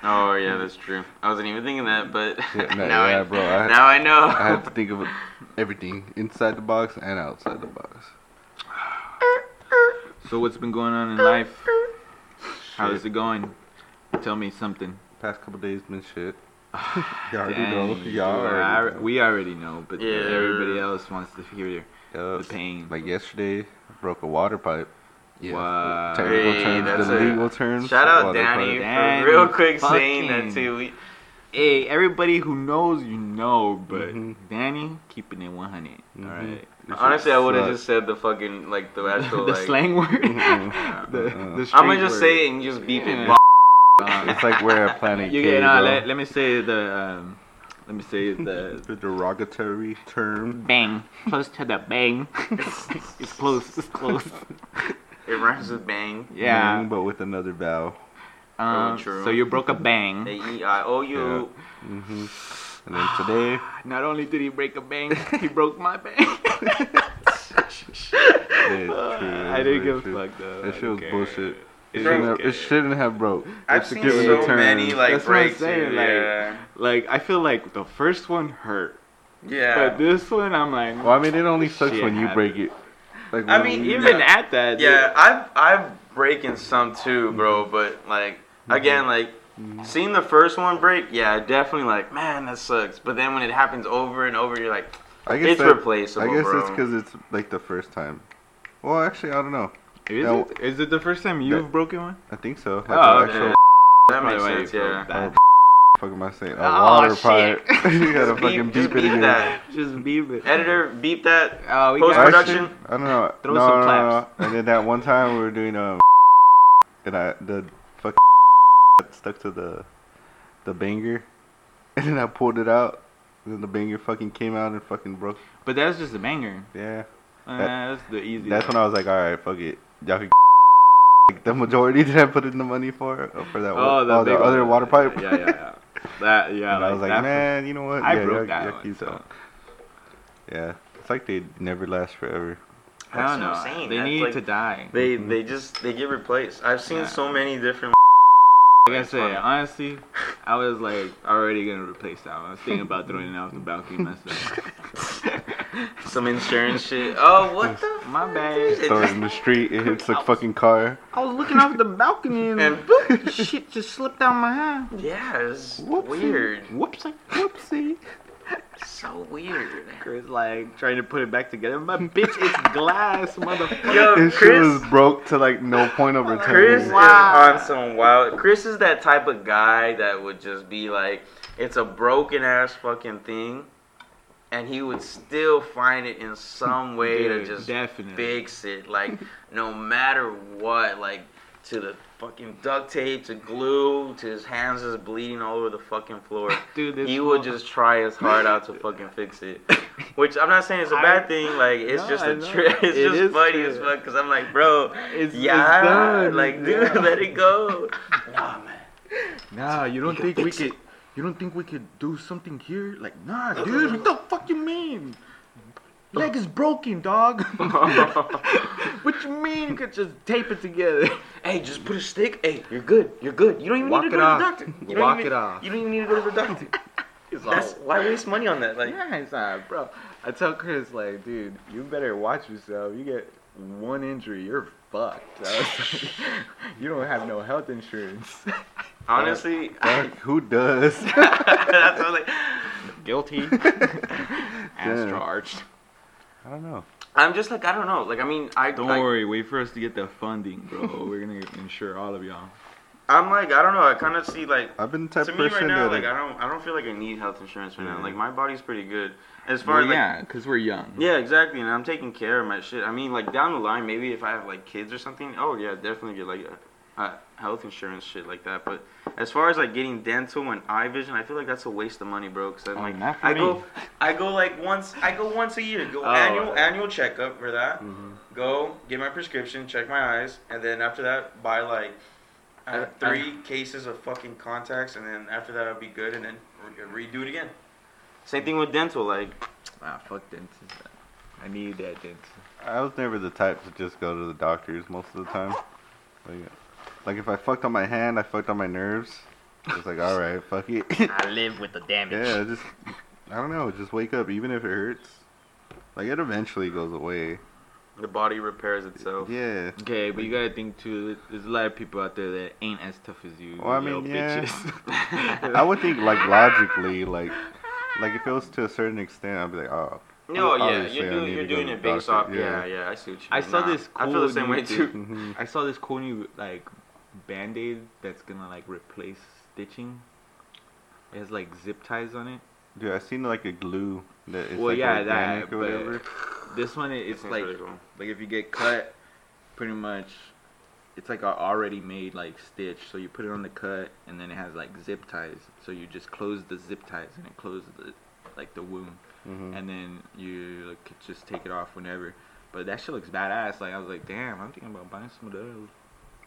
[SPEAKER 3] Oh yeah, that's true. I wasn't even thinking that, but
[SPEAKER 2] Yeah, no,
[SPEAKER 3] now, I,
[SPEAKER 2] yeah, bro, I-
[SPEAKER 3] now I know.
[SPEAKER 2] I had to think of everything inside the box and outside the box.
[SPEAKER 1] So what's been going on in life? How's it going? Tell me something.
[SPEAKER 2] Past couple days been shit. you already
[SPEAKER 1] Dang,
[SPEAKER 2] know.
[SPEAKER 1] dude,
[SPEAKER 2] Y'all
[SPEAKER 1] I-
[SPEAKER 2] already know.
[SPEAKER 1] we already know, but
[SPEAKER 3] Yeah.
[SPEAKER 1] everybody else wants to hear
[SPEAKER 2] Yeah,
[SPEAKER 1] the pain.
[SPEAKER 2] Like yesterday, I broke a water pipe.
[SPEAKER 1] Wow.
[SPEAKER 2] Technical
[SPEAKER 3] Hey,
[SPEAKER 2] terms,
[SPEAKER 3] that's
[SPEAKER 2] the
[SPEAKER 3] a-
[SPEAKER 2] legal terms.
[SPEAKER 3] Shout out
[SPEAKER 2] water
[SPEAKER 3] Danny
[SPEAKER 2] pipe.
[SPEAKER 1] Danny
[SPEAKER 3] for real quick saying
[SPEAKER 1] fucking-
[SPEAKER 3] that too. We,
[SPEAKER 1] hey, everybody who knows, you know, but
[SPEAKER 2] Mhm.
[SPEAKER 1] Danny keeping it 100. all
[SPEAKER 2] Mhm.
[SPEAKER 1] right.
[SPEAKER 2] This
[SPEAKER 3] Honestly,
[SPEAKER 2] shit
[SPEAKER 3] I would have
[SPEAKER 2] sucks.
[SPEAKER 3] just said the fucking like the
[SPEAKER 1] the
[SPEAKER 3] actual like.
[SPEAKER 1] slang word.
[SPEAKER 2] Mhm.
[SPEAKER 1] the,
[SPEAKER 2] Mhm.
[SPEAKER 1] the
[SPEAKER 3] I'm gonna
[SPEAKER 1] street
[SPEAKER 3] just
[SPEAKER 1] word.
[SPEAKER 3] say it and just beep
[SPEAKER 1] Yeah.
[SPEAKER 3] it.
[SPEAKER 1] Um,
[SPEAKER 2] It's like we're a planet
[SPEAKER 1] you
[SPEAKER 2] K,
[SPEAKER 1] get, nah,
[SPEAKER 2] bro.
[SPEAKER 1] let, let me say the, um, let me say the
[SPEAKER 2] the derogatory term.
[SPEAKER 1] bang. Close to the bang. it's close. It's close.
[SPEAKER 3] It rhymes with bang.
[SPEAKER 1] Yeah.
[SPEAKER 2] Bang, but with another vowel.
[SPEAKER 1] Um,
[SPEAKER 3] true.
[SPEAKER 1] so you broke a bang.
[SPEAKER 3] A E I O U.
[SPEAKER 2] hmm And then today,
[SPEAKER 1] Not only did he break a bang, he broke my bang.
[SPEAKER 2] yeah, true,
[SPEAKER 1] I
[SPEAKER 2] it's
[SPEAKER 1] didn't
[SPEAKER 2] very
[SPEAKER 1] give a
[SPEAKER 2] true.
[SPEAKER 1] fuck though.
[SPEAKER 2] That
[SPEAKER 1] I
[SPEAKER 2] shit
[SPEAKER 1] don't
[SPEAKER 2] was
[SPEAKER 1] care.
[SPEAKER 2] bullshit. It
[SPEAKER 1] It's
[SPEAKER 2] shouldn't,
[SPEAKER 1] okay.
[SPEAKER 2] have, it shouldn't have broke.
[SPEAKER 3] I've
[SPEAKER 2] It's
[SPEAKER 3] seen
[SPEAKER 2] given the
[SPEAKER 3] so
[SPEAKER 2] term.
[SPEAKER 3] many like
[SPEAKER 1] That's what I'm
[SPEAKER 3] breaks.
[SPEAKER 1] saying,
[SPEAKER 3] Saying,
[SPEAKER 1] like-
[SPEAKER 3] yeah.
[SPEAKER 1] Like I feel like the first one hurt,
[SPEAKER 3] yeah.
[SPEAKER 1] but this one I'm like,
[SPEAKER 2] Well, I mean, it only sucks
[SPEAKER 1] Shit
[SPEAKER 2] when you break it. Like,
[SPEAKER 3] I
[SPEAKER 2] when
[SPEAKER 3] mean,
[SPEAKER 2] you-
[SPEAKER 1] even
[SPEAKER 3] yeah.
[SPEAKER 1] at that, dude,
[SPEAKER 3] yeah, I've I've breaking some too, bro. But like again, like seeing the first one break, yeah, definitely like man, that sucks. But then when it happens over and over, you're like,
[SPEAKER 2] I guess
[SPEAKER 3] it's
[SPEAKER 2] that-
[SPEAKER 3] replaceable,
[SPEAKER 2] I guess
[SPEAKER 3] bro.
[SPEAKER 2] it's because it's like the first time. Well, actually, I don't know.
[SPEAKER 1] Is,
[SPEAKER 2] No.
[SPEAKER 1] it, is it the first time you've
[SPEAKER 2] That-
[SPEAKER 1] broken one?
[SPEAKER 2] I think so. Like,
[SPEAKER 1] Oh,
[SPEAKER 2] the
[SPEAKER 1] okay.
[SPEAKER 2] actual oh,
[SPEAKER 3] that makes
[SPEAKER 1] Wait, wait,
[SPEAKER 3] sense, yeah.
[SPEAKER 1] bro, that-
[SPEAKER 2] fuck am I saying? A
[SPEAKER 1] Oh,
[SPEAKER 2] water
[SPEAKER 1] shit.
[SPEAKER 2] pipe. you gotta
[SPEAKER 3] Just
[SPEAKER 2] fucking
[SPEAKER 3] beep, just
[SPEAKER 2] beep it
[SPEAKER 3] beep
[SPEAKER 2] again.
[SPEAKER 3] that.
[SPEAKER 1] Just beep it.
[SPEAKER 3] Editor, beep that.
[SPEAKER 1] Oh, we
[SPEAKER 3] Post
[SPEAKER 1] got
[SPEAKER 2] Actually,
[SPEAKER 3] production.
[SPEAKER 2] I don't know.
[SPEAKER 1] Throw
[SPEAKER 2] no,
[SPEAKER 1] some
[SPEAKER 2] no, no, no.
[SPEAKER 1] claps.
[SPEAKER 2] And then that one time we were doing um, and I the fucking got stuck to the the banger, and then I pulled it out. And then the banger fucking came out and fucking broke.
[SPEAKER 1] But that's just a banger.
[SPEAKER 2] Yeah,
[SPEAKER 1] Uh,
[SPEAKER 2] That-
[SPEAKER 1] that's the easy.
[SPEAKER 2] that's when I was like, all right, fuck it, y'all can. Like the majority that I put in the money for uh, for that
[SPEAKER 1] Oh,
[SPEAKER 2] oh,
[SPEAKER 1] the,
[SPEAKER 2] oh, the
[SPEAKER 1] big
[SPEAKER 2] other
[SPEAKER 1] one.
[SPEAKER 2] water pipe.
[SPEAKER 1] Yeah, yeah, yeah. That yeah.
[SPEAKER 2] and I was like,
[SPEAKER 1] that-
[SPEAKER 2] man, you know what?
[SPEAKER 1] I
[SPEAKER 2] yeah,
[SPEAKER 1] broke
[SPEAKER 2] y'all-
[SPEAKER 1] that
[SPEAKER 2] y'all
[SPEAKER 1] one,
[SPEAKER 2] keep
[SPEAKER 1] so.
[SPEAKER 2] that." Yeah, it's like they never last forever.
[SPEAKER 1] I don't
[SPEAKER 3] That's what I'm
[SPEAKER 1] know.
[SPEAKER 3] saying,
[SPEAKER 1] They
[SPEAKER 3] that's
[SPEAKER 1] need
[SPEAKER 3] like-
[SPEAKER 1] to die.
[SPEAKER 3] They they just they get replaced. I've seen
[SPEAKER 1] Yeah.
[SPEAKER 3] so many different.
[SPEAKER 1] Like I
[SPEAKER 3] It's
[SPEAKER 1] said,
[SPEAKER 3] funny.
[SPEAKER 1] honestly, I was like already gonna replace that one. I was thinking about throwing it off the balcony myself.
[SPEAKER 3] Some insurance shit. Oh, what the?
[SPEAKER 1] My bad.
[SPEAKER 2] Throw it in the street. It hits a fucking car.
[SPEAKER 1] I was looking off the balcony and
[SPEAKER 3] And-
[SPEAKER 1] boop, shit just slipped out my hand.
[SPEAKER 3] Yeah, it's
[SPEAKER 2] Whoopsie.
[SPEAKER 3] weird.
[SPEAKER 1] Whoopsie, whoopsie.
[SPEAKER 3] So weird.
[SPEAKER 1] Chris like trying to put it back together. My bitch, it's glass, motherfucker.
[SPEAKER 3] Yo,
[SPEAKER 2] This shit
[SPEAKER 3] Chris-
[SPEAKER 2] was broke to like no point of return.
[SPEAKER 3] Chris is
[SPEAKER 1] Wow.
[SPEAKER 3] on some wild. Chris is that type of guy that would just be like, it's a broken ass fucking thing, and he would still find it in some way to
[SPEAKER 1] Dude,
[SPEAKER 3] just
[SPEAKER 1] definitely.
[SPEAKER 3] fix it. Like, no matter what, like to the fucking duct tape, to glue, to his hands just bleeding all over the fucking floor.
[SPEAKER 1] Dude, this
[SPEAKER 3] He would
[SPEAKER 1] mother-
[SPEAKER 3] just try his heart out to fucking fix it. Which I'm not saying it's a
[SPEAKER 1] I-
[SPEAKER 3] bad thing. Like it's
[SPEAKER 1] No,
[SPEAKER 3] just
[SPEAKER 1] I
[SPEAKER 3] a
[SPEAKER 1] know.
[SPEAKER 3] trip. It's
[SPEAKER 1] It is
[SPEAKER 3] just funny
[SPEAKER 1] true.
[SPEAKER 3] as fuck. Because I'm like, bro,
[SPEAKER 1] It's- it's
[SPEAKER 3] yeah,
[SPEAKER 1] done.
[SPEAKER 3] like dude,
[SPEAKER 1] Yeah.
[SPEAKER 3] let it go. nah, man.
[SPEAKER 1] Nah, you don't think we could? You don't think we could do something here? Like, nah, dude. What the fuck you mean? Leg is broken, dog. what you mean? You could just tape it together.
[SPEAKER 3] Hey, just put a stick. Hey, you're good. You're good. You don't even
[SPEAKER 1] Walk
[SPEAKER 3] need to
[SPEAKER 1] it
[SPEAKER 3] go
[SPEAKER 1] off.
[SPEAKER 3] to the doctor. You don't
[SPEAKER 1] Walk
[SPEAKER 3] even-
[SPEAKER 1] it off.
[SPEAKER 3] You don't even need to go to the doctor. That's, why waste money on that? Like,
[SPEAKER 1] Yeah, it's alright, bro. I tell Chris, like, dude, you better watch yourself. You get one injury, you're fucked. I was like, you don't have no health insurance.
[SPEAKER 3] honestly,
[SPEAKER 2] Fuck, who does?
[SPEAKER 3] that's what I'm like.
[SPEAKER 1] Guilty.
[SPEAKER 2] Damn.
[SPEAKER 1] As charged.
[SPEAKER 2] I don't know.
[SPEAKER 3] I'm just like I don't know. Like I mean, I
[SPEAKER 1] Don't
[SPEAKER 3] like,
[SPEAKER 1] worry, wait for us to get the funding, bro. We're gonna insure all of y'all.
[SPEAKER 3] I'm like I don't know. I kind of see like
[SPEAKER 2] I've been the type
[SPEAKER 3] to
[SPEAKER 2] of
[SPEAKER 3] me right
[SPEAKER 2] person
[SPEAKER 3] now,
[SPEAKER 2] that
[SPEAKER 3] like I don't, I don't feel like I need health insurance right now.
[SPEAKER 2] Yeah.
[SPEAKER 3] Like my body's pretty good as far
[SPEAKER 1] Well,
[SPEAKER 3] as like
[SPEAKER 1] yeah, because we're young.
[SPEAKER 3] Yeah, exactly. And I'm taking care of my shit. I mean, like down the line, maybe if I have like kids or something, oh yeah, definitely get like a, a health insurance shit like that. But as far as like getting dental and eye vision, I feel like that's a waste of money, bro. Cause I'm
[SPEAKER 1] Oh,
[SPEAKER 3] like,
[SPEAKER 1] not for
[SPEAKER 3] I
[SPEAKER 1] me.
[SPEAKER 3] go, I go like once, I go once a year. Go
[SPEAKER 1] Oh. Mm-hmm.
[SPEAKER 3] annual annual checkup for that. Go get my prescription, check my eyes, and then after that, buy like. Uh,
[SPEAKER 1] I- I-
[SPEAKER 3] three cases of fucking contacts, and then after that, I'll be good, and then re- redo it again. Same thing with dental, like
[SPEAKER 1] Nah, fuck dentists. I need that dentist.
[SPEAKER 2] I was never the type to just go to the doctors most of the time. Like, like if I fucked on my hand, I fucked on my nerves. It's like, all right, fuck it.
[SPEAKER 4] I live with the damage.
[SPEAKER 2] yeah, just I don't know. Just wake up, even if it hurts. Like it eventually goes away.
[SPEAKER 3] the body repairs itself.
[SPEAKER 2] Yeah.
[SPEAKER 1] Okay, but you gotta think too. There's a lot of people out there that ain't as tough as you.
[SPEAKER 2] Well, I mean,
[SPEAKER 1] yo,
[SPEAKER 2] yeah.
[SPEAKER 1] bitches.
[SPEAKER 2] I would think like logically, like like if it was to a certain extent, I'd be like, oh,
[SPEAKER 3] No, yeah,
[SPEAKER 2] Obviously, I
[SPEAKER 3] you're doing
[SPEAKER 2] need
[SPEAKER 3] you're
[SPEAKER 2] to go
[SPEAKER 3] doing
[SPEAKER 2] to
[SPEAKER 3] it
[SPEAKER 2] the
[SPEAKER 3] based off.
[SPEAKER 2] doctor,
[SPEAKER 3] Yeah.
[SPEAKER 2] yeah.
[SPEAKER 3] yeah, I see what you mean.
[SPEAKER 1] I saw
[SPEAKER 3] Nah,
[SPEAKER 1] this cool.
[SPEAKER 3] I feel the same way
[SPEAKER 1] new-
[SPEAKER 3] too.
[SPEAKER 2] mhm.
[SPEAKER 1] I saw this cool new like band-aid that's gonna like replace stitching. It has like zip ties on it.
[SPEAKER 2] dude, I seen like a glue that is
[SPEAKER 1] Well,
[SPEAKER 2] like
[SPEAKER 1] yeah,
[SPEAKER 2] organic
[SPEAKER 1] that, but-
[SPEAKER 2] or whatever.
[SPEAKER 1] This one, it- it's
[SPEAKER 3] It's
[SPEAKER 1] like
[SPEAKER 3] really cool.
[SPEAKER 1] like if you get cut, pretty much, it's like a already made like stitch. So you put it on the cut, and then it has like zip ties. So you just close the zip ties, and it closes the like the wound.
[SPEAKER 2] Mhm.
[SPEAKER 1] and then you like, could just take it off whenever. But that shit looks badass. Like I was like, damn, I'm thinking about buying some of those.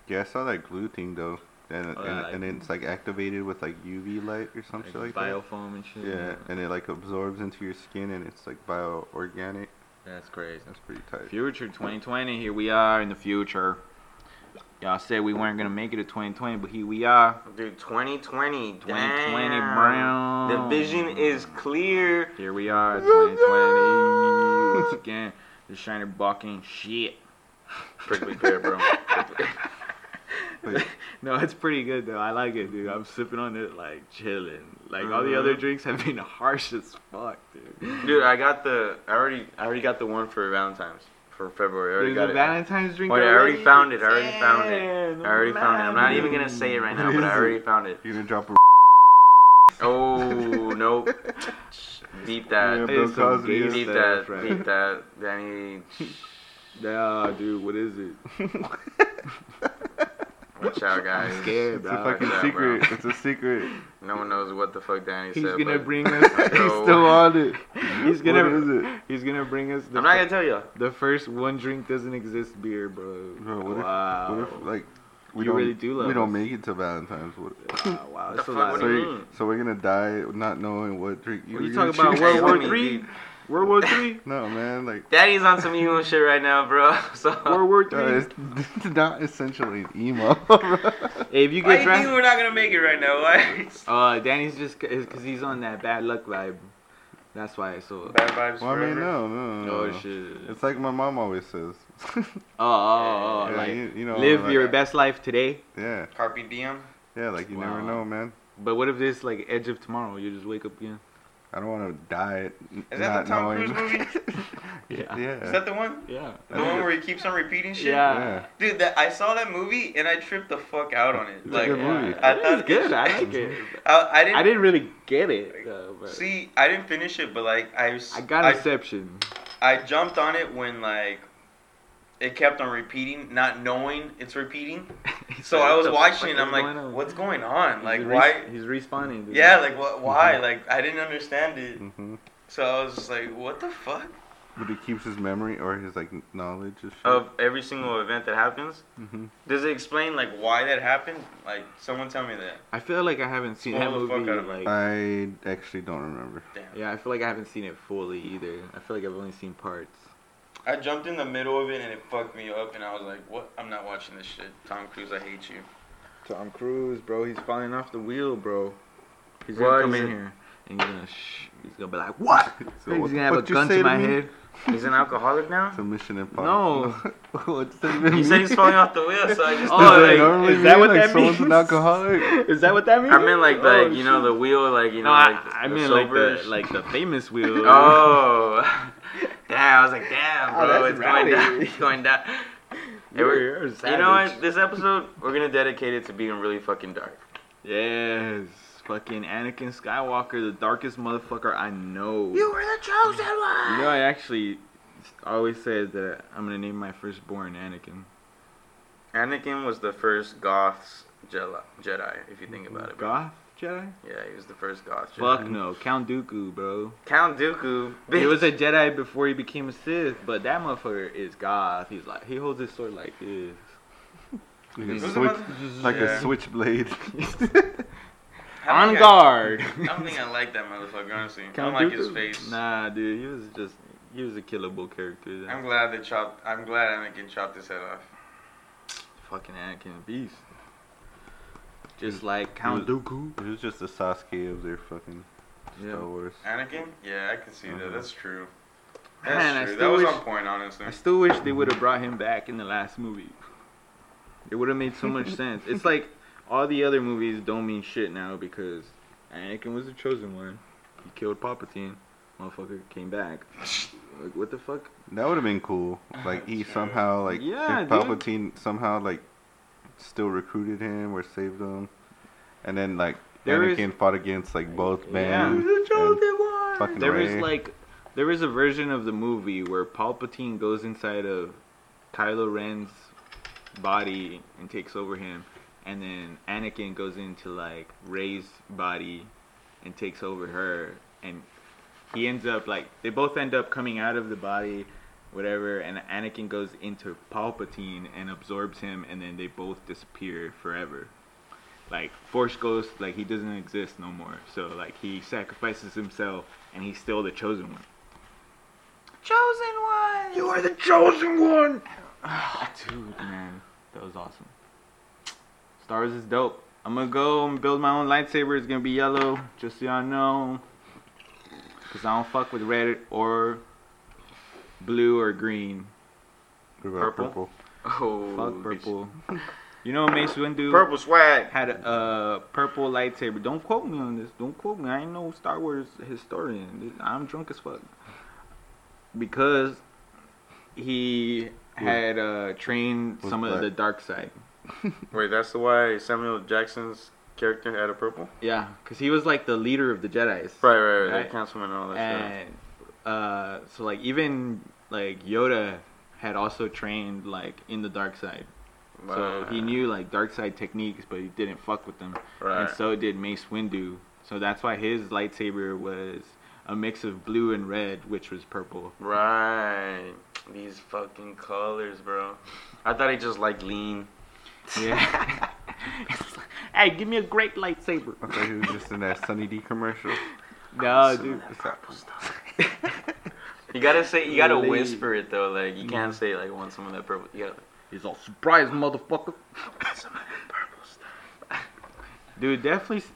[SPEAKER 2] Yeah, I saw that glue thing though, and
[SPEAKER 1] Oh,
[SPEAKER 2] and,
[SPEAKER 1] like-
[SPEAKER 2] and it's like activated with like UV light or some
[SPEAKER 1] Like,
[SPEAKER 2] shit like that.
[SPEAKER 1] biofoam and shit.
[SPEAKER 2] Yeah, and it like absorbs into your skin, and it's like bio organic.
[SPEAKER 1] that's crazy.
[SPEAKER 2] That's pretty tight.
[SPEAKER 1] Future 2020, here we are in the future. Y'all said we weren't gonna make it to 2020, but here we are.
[SPEAKER 3] Dude, 2020,
[SPEAKER 1] 2020
[SPEAKER 3] damn.
[SPEAKER 1] brown.
[SPEAKER 3] The vision is clear.
[SPEAKER 1] Here we are, 2020. Once again, the shiner buck ain't shit.
[SPEAKER 3] Prickly pear, bro.
[SPEAKER 1] No, it's pretty good though. I like it, dude. I'm sipping on it like chilling. Like all the other
[SPEAKER 3] Mhm.
[SPEAKER 1] drinks have been harsh as fuck, dude.
[SPEAKER 3] Dude, I got the. I already, I already got the one for Valentine's for February. I already
[SPEAKER 1] There's
[SPEAKER 3] got
[SPEAKER 1] a
[SPEAKER 3] it.
[SPEAKER 1] Valentine's drink.
[SPEAKER 3] Wait, I already
[SPEAKER 1] already
[SPEAKER 3] found it. I already found it.
[SPEAKER 1] Damn,
[SPEAKER 3] I already found it. I'm not even gonna say it right now,
[SPEAKER 2] What
[SPEAKER 3] but
[SPEAKER 2] is
[SPEAKER 3] I
[SPEAKER 2] it?
[SPEAKER 3] already found it.
[SPEAKER 2] You're gonna drop a
[SPEAKER 3] Oh nope. Deep
[SPEAKER 2] Yeah,
[SPEAKER 3] that.
[SPEAKER 2] Bill
[SPEAKER 1] It's some
[SPEAKER 2] Cosby
[SPEAKER 1] gay
[SPEAKER 3] Deep
[SPEAKER 1] stuff,
[SPEAKER 3] that.
[SPEAKER 1] right?
[SPEAKER 3] Deep that. Danny.
[SPEAKER 1] Nah, dude, what is it?
[SPEAKER 3] Watch out, guys.
[SPEAKER 1] I'm scared,
[SPEAKER 2] It's
[SPEAKER 1] bro.
[SPEAKER 2] a fucking
[SPEAKER 3] yeah, bro.
[SPEAKER 2] secret. It's a secret.
[SPEAKER 3] No one knows what the fuck Danny
[SPEAKER 1] He's
[SPEAKER 3] said.
[SPEAKER 1] gonna
[SPEAKER 3] but
[SPEAKER 1] bring us.
[SPEAKER 3] I
[SPEAKER 2] He's
[SPEAKER 3] know-
[SPEAKER 2] still on it.
[SPEAKER 1] He's gonna.
[SPEAKER 2] What is it?
[SPEAKER 1] He's gonna bring us. The,
[SPEAKER 3] I'm not gonna tell you.
[SPEAKER 1] the first one drink doesn't exist beer, bro.
[SPEAKER 2] Bro, what if-
[SPEAKER 1] wow.
[SPEAKER 2] What if like
[SPEAKER 1] Oh.
[SPEAKER 2] we
[SPEAKER 1] You
[SPEAKER 2] don't
[SPEAKER 1] really do love
[SPEAKER 2] we don't
[SPEAKER 1] us.
[SPEAKER 2] make it to Valentine's? What,
[SPEAKER 1] wow, wow, that's a
[SPEAKER 3] fuck
[SPEAKER 1] lot.
[SPEAKER 3] What
[SPEAKER 2] so,
[SPEAKER 3] do you
[SPEAKER 2] you-
[SPEAKER 3] mean?
[SPEAKER 2] so we're gonna die not knowing what drink you.
[SPEAKER 1] What are you
[SPEAKER 2] gonna
[SPEAKER 1] talking about?
[SPEAKER 2] choose?
[SPEAKER 1] World War
[SPEAKER 3] Tell me,
[SPEAKER 1] Three?
[SPEAKER 3] dude.
[SPEAKER 1] World War Three?
[SPEAKER 2] No man, like
[SPEAKER 3] Daddy's on some emo shit right now, bro. So
[SPEAKER 1] World War
[SPEAKER 2] uh,
[SPEAKER 1] Three?
[SPEAKER 2] it's it's not essentially emo. bro.
[SPEAKER 1] Hey, if you get
[SPEAKER 3] why you think
[SPEAKER 1] dressed,
[SPEAKER 3] we're not gonna make it right now? Why?
[SPEAKER 1] uh, Danny's just because he's on that bad luck vibe. That's why it's so.
[SPEAKER 3] Bad vibes
[SPEAKER 2] Well, I mean,
[SPEAKER 3] forever.
[SPEAKER 2] no, no, no.
[SPEAKER 1] Oh
[SPEAKER 2] no.
[SPEAKER 1] shit.
[SPEAKER 2] It's like my mom always says.
[SPEAKER 1] Oh, oh, oh,
[SPEAKER 2] Yeah,
[SPEAKER 1] like
[SPEAKER 2] you- you know,
[SPEAKER 1] live
[SPEAKER 2] like-
[SPEAKER 1] your best life today.
[SPEAKER 2] yeah,
[SPEAKER 3] Carpe diem.
[SPEAKER 2] yeah. Like you never
[SPEAKER 1] Wow.
[SPEAKER 2] know, man.
[SPEAKER 1] But what if this like edge of tomorrow? You just wake up again.
[SPEAKER 2] I don't want to die. n-
[SPEAKER 3] Is that the
[SPEAKER 2] not
[SPEAKER 3] Tom
[SPEAKER 2] knowing.
[SPEAKER 3] Cruise movie?
[SPEAKER 1] Yeah.
[SPEAKER 2] yeah.
[SPEAKER 3] Is that uh, the one?
[SPEAKER 1] Yeah.
[SPEAKER 3] The one where he keeps on repeating shit.
[SPEAKER 1] Yeah.
[SPEAKER 2] yeah.
[SPEAKER 3] Dude, that I saw that movie and I tripped the fuck out on it.
[SPEAKER 2] It's a
[SPEAKER 3] Like,
[SPEAKER 2] good movie.
[SPEAKER 3] I
[SPEAKER 1] I
[SPEAKER 3] thought
[SPEAKER 1] thought
[SPEAKER 3] it-
[SPEAKER 1] it's good. I like it.
[SPEAKER 3] I, I didn't.
[SPEAKER 1] I didn't really get it. Though, but
[SPEAKER 3] see. I didn't finish it, but like I, s-
[SPEAKER 1] I got
[SPEAKER 3] I,
[SPEAKER 1] Inception.
[SPEAKER 3] I jumped on it when like it kept on repeating, not knowing it's repeating. So I was watching and I'm like, what's going on? Like
[SPEAKER 1] he's
[SPEAKER 3] why?
[SPEAKER 1] He's respawning. dude.
[SPEAKER 3] Yeah, like what? Why? Like I didn't understand it.
[SPEAKER 2] hmm
[SPEAKER 3] So I was just like, what the fuck?
[SPEAKER 2] But he keeps his memory or his like knowledge of shit.
[SPEAKER 3] Of every single event that happens,
[SPEAKER 2] Mhm.
[SPEAKER 3] does it explain like why that happened? Like someone tell me that.
[SPEAKER 1] I feel like I haven't seen that
[SPEAKER 3] Spoil the fuck
[SPEAKER 1] movie.
[SPEAKER 3] out of it.
[SPEAKER 1] Like,
[SPEAKER 2] I actually don't remember.
[SPEAKER 3] Damn.
[SPEAKER 1] yeah, I feel like I haven't seen it fully either. I feel like I've only seen parts.
[SPEAKER 3] I jumped in the middle of it and it fucked me up, and I was like, "What? I'm not watching this shit." Tom Cruise, I hate you.
[SPEAKER 1] Tom Cruise, bro, he's falling off the wheel, bro. He's gonna
[SPEAKER 3] Why
[SPEAKER 1] come
[SPEAKER 3] is
[SPEAKER 1] in
[SPEAKER 3] it-
[SPEAKER 1] here and he's gonna shh. He's gonna be like, what?
[SPEAKER 2] So
[SPEAKER 1] he's
[SPEAKER 2] what the
[SPEAKER 1] gonna have a
[SPEAKER 2] fuck you
[SPEAKER 1] gun
[SPEAKER 2] say
[SPEAKER 1] to
[SPEAKER 2] to
[SPEAKER 1] my
[SPEAKER 2] me?
[SPEAKER 1] head.
[SPEAKER 3] He's an alcoholic now.
[SPEAKER 2] It's a Mission Impossible. what does that
[SPEAKER 3] He
[SPEAKER 2] even
[SPEAKER 3] said
[SPEAKER 2] mean?
[SPEAKER 3] he's falling off the wheel, so I just.
[SPEAKER 1] Oh,
[SPEAKER 2] Does that
[SPEAKER 1] like,
[SPEAKER 2] normally
[SPEAKER 1] is that
[SPEAKER 2] mean,
[SPEAKER 1] what
[SPEAKER 2] like,
[SPEAKER 1] that
[SPEAKER 2] someone's an
[SPEAKER 1] means?
[SPEAKER 2] alcoholic?
[SPEAKER 1] Is that what that means?
[SPEAKER 3] I meant like the
[SPEAKER 1] Oh,
[SPEAKER 3] you know
[SPEAKER 1] shit.
[SPEAKER 3] the wheel like you know
[SPEAKER 1] No, I,
[SPEAKER 3] like the,
[SPEAKER 1] I
[SPEAKER 3] the
[SPEAKER 1] mean like
[SPEAKER 3] sober
[SPEAKER 1] the
[SPEAKER 3] sh-
[SPEAKER 1] like the famous wheel.
[SPEAKER 3] Oh, damn! I was like, damn,
[SPEAKER 1] Oh, that's
[SPEAKER 3] bro, it's going down.
[SPEAKER 1] rowdy.
[SPEAKER 3] It's going down. Hey,
[SPEAKER 1] you
[SPEAKER 3] we're-
[SPEAKER 1] were
[SPEAKER 3] you know what? This episode, we're gonna dedicate it to being really fucking dark.
[SPEAKER 1] Yes, fucking Anakin Skywalker, the darkest motherfucker I know.
[SPEAKER 3] were the chosen one.
[SPEAKER 1] You know, I actually always said that I'm gonna name my firstborn Anakin.
[SPEAKER 3] Anakin was the first Goths Jedi, Jedi, if you think about it. Bro.
[SPEAKER 1] Goth Jedi?
[SPEAKER 3] Yeah, he was the first Goth Jedi.
[SPEAKER 1] Fuck no, Count Dooku, bro.
[SPEAKER 3] Count Dooku.
[SPEAKER 1] He
[SPEAKER 3] bitch.
[SPEAKER 1] was a Jedi before he became a Sith, but that motherfucker is goth. He's like he holds his sword like this.
[SPEAKER 2] Like a,
[SPEAKER 3] Who's the
[SPEAKER 2] switch,
[SPEAKER 3] mother-
[SPEAKER 2] like
[SPEAKER 3] Yeah.
[SPEAKER 2] a switchblade.
[SPEAKER 3] I don't
[SPEAKER 1] On
[SPEAKER 3] think I-
[SPEAKER 1] guard.
[SPEAKER 3] I don't think I like that motherfucker, honestly.
[SPEAKER 1] Count
[SPEAKER 3] I don't like his
[SPEAKER 1] Dooku?
[SPEAKER 3] face.
[SPEAKER 1] Nah, dude, he was just he was a killable character. Then.
[SPEAKER 3] I'm glad they chopped. I'm glad Anakin chopped his head off.
[SPEAKER 1] Fucking Anakin beast. Just like Count
[SPEAKER 2] Dude.
[SPEAKER 1] Dooku.
[SPEAKER 2] it was just the Sasuke of their fucking
[SPEAKER 1] Yeah.
[SPEAKER 2] Star Wars.
[SPEAKER 3] Anakin? Yeah, I can see that.
[SPEAKER 2] Mhm.
[SPEAKER 3] That's true. That's
[SPEAKER 1] Mm-hmm. Man, I
[SPEAKER 3] true. That
[SPEAKER 1] still
[SPEAKER 3] was
[SPEAKER 1] wish-
[SPEAKER 3] on point, honestly.
[SPEAKER 1] I still wish they would have brought him back in the last movie. It would have made so much sense. It's like all the other movies don't mean shit now because Anakin was the chosen one. He killed Palpatine. Motherfucker came back. Like what the fuck?
[SPEAKER 2] That would have been cool. Like he
[SPEAKER 3] Sure.
[SPEAKER 2] somehow like
[SPEAKER 1] Yeah,
[SPEAKER 2] if
[SPEAKER 1] dude.
[SPEAKER 2] Palpatine somehow like still recruited him or saved him, and then like
[SPEAKER 1] There is-
[SPEAKER 2] Anakin fought against like both
[SPEAKER 1] Yeah.
[SPEAKER 2] men. Fucking
[SPEAKER 1] There was
[SPEAKER 2] Rey.
[SPEAKER 1] like there was a version of the movie where Palpatine goes inside of Kylo Ren's body and takes over him and then Anakin goes into like Rey's body and takes over her and he ends up like they both end up coming out of the body whatever and Anakin goes into Palpatine and absorbs him and then they both disappear forever like Force Ghost, like he doesn't exist no more. So like he sacrifices himself, and he's still the chosen one. Chosen one. You are the chosen one. dude, man, that was awesome. Star Wars is dope. I'm gonna go and build my own lightsaber. It's gonna be yellow, just so y'all know. Cause I don't fuck with red or blue or green.
[SPEAKER 2] What about
[SPEAKER 3] Purple?
[SPEAKER 2] purple.
[SPEAKER 3] Oh,
[SPEAKER 1] Fuck
[SPEAKER 3] bitch.
[SPEAKER 1] purple. You know Mace Windu
[SPEAKER 3] Purple swag.
[SPEAKER 1] had a uh, purple lightsaber. Don't quote me on this. Don't quote me. I ain't no Star Wars historian. I'm drunk as fuck. Because he had uh, trained
[SPEAKER 2] Was
[SPEAKER 1] some of
[SPEAKER 2] black.
[SPEAKER 1] the dark side.
[SPEAKER 3] Wait, that's the why Samuel Jackson's character had a purple.
[SPEAKER 1] Yeah, because he was like the leader of the Jedi's.
[SPEAKER 3] Right, right, right.
[SPEAKER 1] Right.
[SPEAKER 3] That councilman and all that stuff.
[SPEAKER 1] And uh, so like even like Yoda had also trained like in the dark side. So
[SPEAKER 3] Wow.
[SPEAKER 1] he knew like dark side techniques, but he didn't fuck with them.
[SPEAKER 3] Right.
[SPEAKER 1] and so did Mace Windu. So that's why his lightsaber was a mix of blue and red, which was purple.
[SPEAKER 3] right. These fucking colors, bro. I thought he just liked lean.
[SPEAKER 1] Yeah. hey, give me a great lightsaber.
[SPEAKER 2] I thought he was just in that Sunny D commercial.
[SPEAKER 1] No, dude.
[SPEAKER 3] You gotta say, you gotta
[SPEAKER 1] Lean.
[SPEAKER 3] whisper it though. Like you can't say like want some of that purple. You gotta.
[SPEAKER 1] He's all surprise, motherfucker. Dude, definitely S-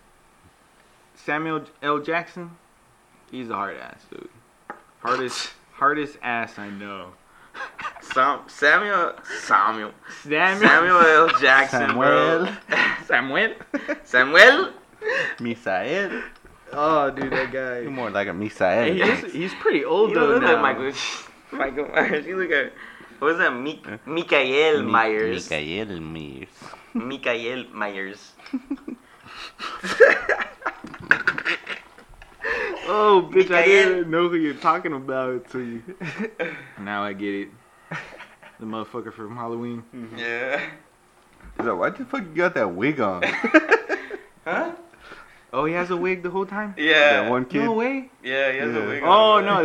[SPEAKER 1] Samuel L. Jackson. He's a hard ass dude. Hardest hardest ass I know.
[SPEAKER 3] Sam, Samuel Samuel
[SPEAKER 1] Samuel.
[SPEAKER 3] Samuel L. Jackson, bro. Samuel Samuel.
[SPEAKER 2] Misael.
[SPEAKER 1] Oh, dude, that
[SPEAKER 2] You
[SPEAKER 1] guy.
[SPEAKER 2] more like a
[SPEAKER 1] Hey,
[SPEAKER 2] Misael.
[SPEAKER 1] he's, he's pretty old
[SPEAKER 3] You
[SPEAKER 1] though
[SPEAKER 3] look
[SPEAKER 1] now.
[SPEAKER 3] like Michael Michael Myers. You look at what was that? Mi- Michael
[SPEAKER 2] Mi-
[SPEAKER 3] Myers.
[SPEAKER 2] Michael Myers.
[SPEAKER 3] Michael Myers.
[SPEAKER 1] Oh, bitch, I
[SPEAKER 3] Mikael.
[SPEAKER 1] didn't know who you're talking about until you. now I get it. The motherfucker from Halloween.
[SPEAKER 3] Yeah.
[SPEAKER 2] So why the fuck you got that wig on?
[SPEAKER 3] Huh?
[SPEAKER 1] Oh, he has a wig the whole time?
[SPEAKER 2] that
[SPEAKER 3] Yeah.
[SPEAKER 2] one kid.
[SPEAKER 1] No way.
[SPEAKER 3] Yeah, he has
[SPEAKER 2] Yeah.
[SPEAKER 3] a wig.
[SPEAKER 1] Oh,
[SPEAKER 3] on.
[SPEAKER 1] no.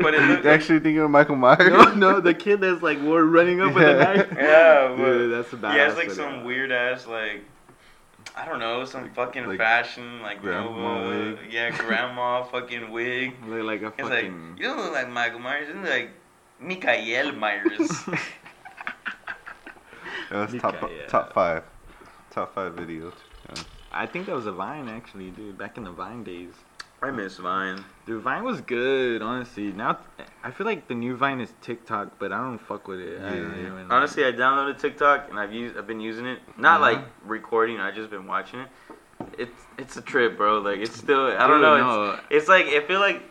[SPEAKER 3] But it looked
[SPEAKER 2] You actually thinking of Michael Myers?
[SPEAKER 1] no, no, the kid that's like, we're running up with a knife.
[SPEAKER 3] Yeah, but
[SPEAKER 1] Dude, that's a badass.
[SPEAKER 3] he has like
[SPEAKER 1] video.
[SPEAKER 3] some weird ass like I don't know some fucking
[SPEAKER 2] like
[SPEAKER 3] fashion like
[SPEAKER 2] grandma
[SPEAKER 3] Nova,
[SPEAKER 2] wig.
[SPEAKER 3] yeah, grandma fucking wig.
[SPEAKER 1] Look like a
[SPEAKER 3] It's like
[SPEAKER 1] fucking.
[SPEAKER 3] you don't look like Michael Myers. You look like Mikael Myers.
[SPEAKER 2] That was top
[SPEAKER 1] Mikael.
[SPEAKER 2] top five, top five videos.
[SPEAKER 1] I think that was a Vine actually, dude. Back in the Vine days.
[SPEAKER 3] I miss Vine.
[SPEAKER 1] Dude, Vine was good, honestly. Now I feel like the new Vine is TikTok, but I don't fuck with it. I don't
[SPEAKER 2] Yeah.
[SPEAKER 1] even like-
[SPEAKER 3] Honestly, I downloaded TikTok and I've used I've been using it. Not
[SPEAKER 1] Yeah.
[SPEAKER 3] like recording. I have just been watching it. It's it's a trip, bro. Like it's still I don't
[SPEAKER 1] Dude,
[SPEAKER 3] know. It's,
[SPEAKER 1] no.
[SPEAKER 3] It's like I feel like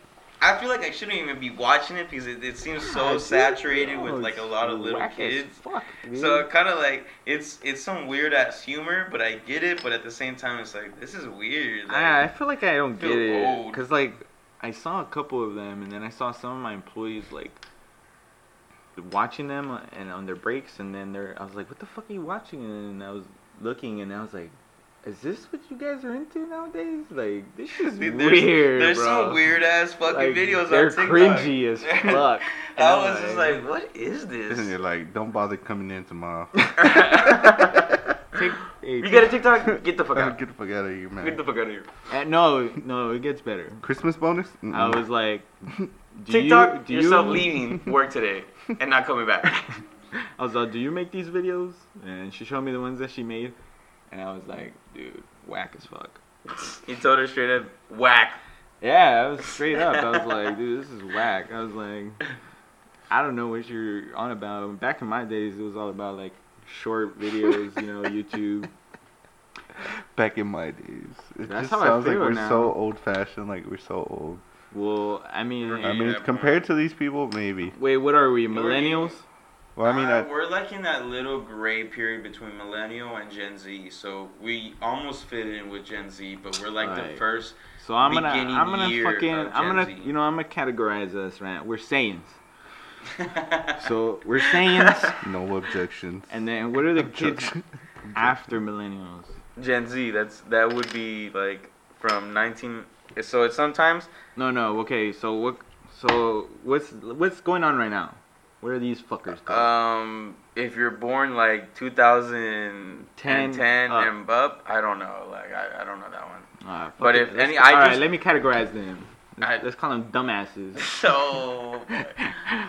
[SPEAKER 3] I feel like I shouldn't even be watching it because it, it seems so saturated with like a lot of little
[SPEAKER 1] Whack as
[SPEAKER 3] kids.
[SPEAKER 1] Fuck, dude.
[SPEAKER 3] So kind of like it's it's some weird ass humor, but I get it. But at the same time, it's like this is weird. Like,
[SPEAKER 1] I, I feel like I don't
[SPEAKER 3] feel
[SPEAKER 1] get it
[SPEAKER 3] old.
[SPEAKER 1] because like I saw a couple of them, and then I saw some of my employees like watching them uh, and on their breaks, and then they're I was like, "What the fuck are you watching?" And I was looking, and I was like, "Is this what you guys are into nowadays? Like this is
[SPEAKER 3] Dude, there's,
[SPEAKER 1] weird,
[SPEAKER 3] There's
[SPEAKER 1] bro.
[SPEAKER 3] some weird ass fucking
[SPEAKER 1] Like,
[SPEAKER 3] videos
[SPEAKER 1] they're
[SPEAKER 3] on TikTok.
[SPEAKER 1] cringy as fuck. And
[SPEAKER 3] I
[SPEAKER 1] I'm
[SPEAKER 3] was just like, what is
[SPEAKER 2] Isn't
[SPEAKER 3] this?
[SPEAKER 2] it like don't bother coming in tomorrow?
[SPEAKER 1] Tik- hey,
[SPEAKER 3] You
[SPEAKER 1] Tik-
[SPEAKER 3] got a TikTok? Get the fuck out.
[SPEAKER 2] Get the fuck out of here, man.
[SPEAKER 3] Get the fuck out of here.
[SPEAKER 1] uh, no, no, it gets better.
[SPEAKER 2] Christmas bonus? Mm-mm.
[SPEAKER 1] I was like, do
[SPEAKER 3] TikTok,
[SPEAKER 1] you, do
[SPEAKER 3] yourself
[SPEAKER 1] you,
[SPEAKER 3] leaving work today and not coming back.
[SPEAKER 1] I was like, "Do you make these videos?" And she showed me the ones that she made, and I was like, "Dude, whack as fuck."
[SPEAKER 3] You told her straight up, whack.
[SPEAKER 1] Yeah, I was straight up. I was like, "Dude, this is whack." I was like, "I don't know what you're on about." Back in my days, it was all about like short videos, you know, YouTube.
[SPEAKER 2] back in my days. It
[SPEAKER 1] That's
[SPEAKER 2] just
[SPEAKER 1] how I
[SPEAKER 2] sounds like
[SPEAKER 1] feel
[SPEAKER 2] we're
[SPEAKER 1] now.
[SPEAKER 2] so old fashioned. Like we're so old.
[SPEAKER 1] Well, I mean,
[SPEAKER 2] I mean,
[SPEAKER 3] Yeah, bro.
[SPEAKER 2] compared to these people, maybe.
[SPEAKER 1] wait, what are we,
[SPEAKER 3] were you?
[SPEAKER 1] millennials?
[SPEAKER 2] Well, I mean,
[SPEAKER 3] Uh,
[SPEAKER 2] I,
[SPEAKER 3] we're like in that little gray period between millennial and Gen Z, so we almost fit in with Gen Z, but we're like the
[SPEAKER 1] Right.
[SPEAKER 3] first.
[SPEAKER 1] So I'm gonna,
[SPEAKER 3] Beginning
[SPEAKER 1] I'm gonna
[SPEAKER 3] year
[SPEAKER 1] fucking,
[SPEAKER 3] of
[SPEAKER 1] I'm gonna,
[SPEAKER 3] Gen Z.
[SPEAKER 1] you know, I'm gonna categorize us, right? We're sayings. So we're sayings,
[SPEAKER 2] no objections.
[SPEAKER 1] and then what are the kids
[SPEAKER 2] Objection.
[SPEAKER 1] after millennials?
[SPEAKER 3] Gen Z, that's that would be like from 19. So it's sometimes
[SPEAKER 1] No, no. Okay, so what? So what's what's going on right now? What are these fuckers
[SPEAKER 2] Oh.
[SPEAKER 1] called?
[SPEAKER 3] um if you're born like 2010
[SPEAKER 1] Ten
[SPEAKER 2] uh.
[SPEAKER 1] up.
[SPEAKER 3] and up, I don't know, like I, I don't know that one.
[SPEAKER 1] Ah, fuck
[SPEAKER 3] but
[SPEAKER 1] it,
[SPEAKER 3] if
[SPEAKER 1] let's-
[SPEAKER 3] any- I
[SPEAKER 1] all right,
[SPEAKER 3] just-
[SPEAKER 1] let me categorize them.
[SPEAKER 3] I-
[SPEAKER 1] Let's, let's call them dumbasses.
[SPEAKER 3] So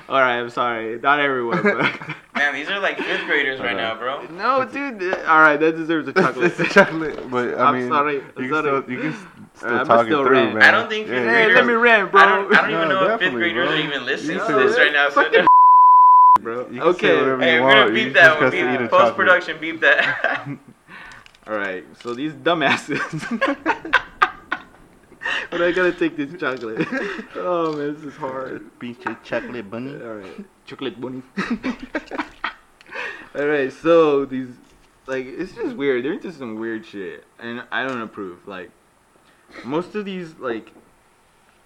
[SPEAKER 1] all right, I'm sorry. Not everyone, but
[SPEAKER 3] man, these are like fifth graders right
[SPEAKER 2] Uh-huh.
[SPEAKER 3] now, bro.
[SPEAKER 1] no, dude. uh, All right, that deserves a chocolate.
[SPEAKER 2] it's a chocolate, but I
[SPEAKER 1] I'm
[SPEAKER 2] mean,
[SPEAKER 1] sorry,
[SPEAKER 2] you
[SPEAKER 1] I'm
[SPEAKER 2] can
[SPEAKER 1] sorry. Uh,
[SPEAKER 2] still, you can s- still
[SPEAKER 1] I'ma
[SPEAKER 2] talk
[SPEAKER 1] still
[SPEAKER 2] it through,
[SPEAKER 1] rant.
[SPEAKER 2] man.
[SPEAKER 3] I don't think fifth
[SPEAKER 1] hey, let me rant, bro.
[SPEAKER 3] I don't, I don't even
[SPEAKER 2] No,
[SPEAKER 3] know if fifth
[SPEAKER 2] definitely,
[SPEAKER 3] graders
[SPEAKER 2] bro.
[SPEAKER 3] are even listening
[SPEAKER 2] You
[SPEAKER 3] to
[SPEAKER 2] can-
[SPEAKER 3] this right now. So
[SPEAKER 1] Fuck
[SPEAKER 3] they're-
[SPEAKER 1] bro.
[SPEAKER 2] You can say
[SPEAKER 1] okay.
[SPEAKER 2] whatever
[SPEAKER 3] hey,
[SPEAKER 2] you
[SPEAKER 3] we're
[SPEAKER 2] want.
[SPEAKER 3] gonna
[SPEAKER 2] You
[SPEAKER 3] beep
[SPEAKER 2] just
[SPEAKER 3] that
[SPEAKER 2] got
[SPEAKER 3] one.
[SPEAKER 2] to eat a
[SPEAKER 3] Post
[SPEAKER 2] chocolate.
[SPEAKER 3] production, beep that.
[SPEAKER 1] All right. So these dumbasses. but I gotta take this chocolate. Oh man, this is hard.
[SPEAKER 2] Pinche chocolate bunny.
[SPEAKER 1] All right, chocolate bunny. All right, so these, like, it's just weird. They're into some weird shit, and I don't approve. Like, most of these, like,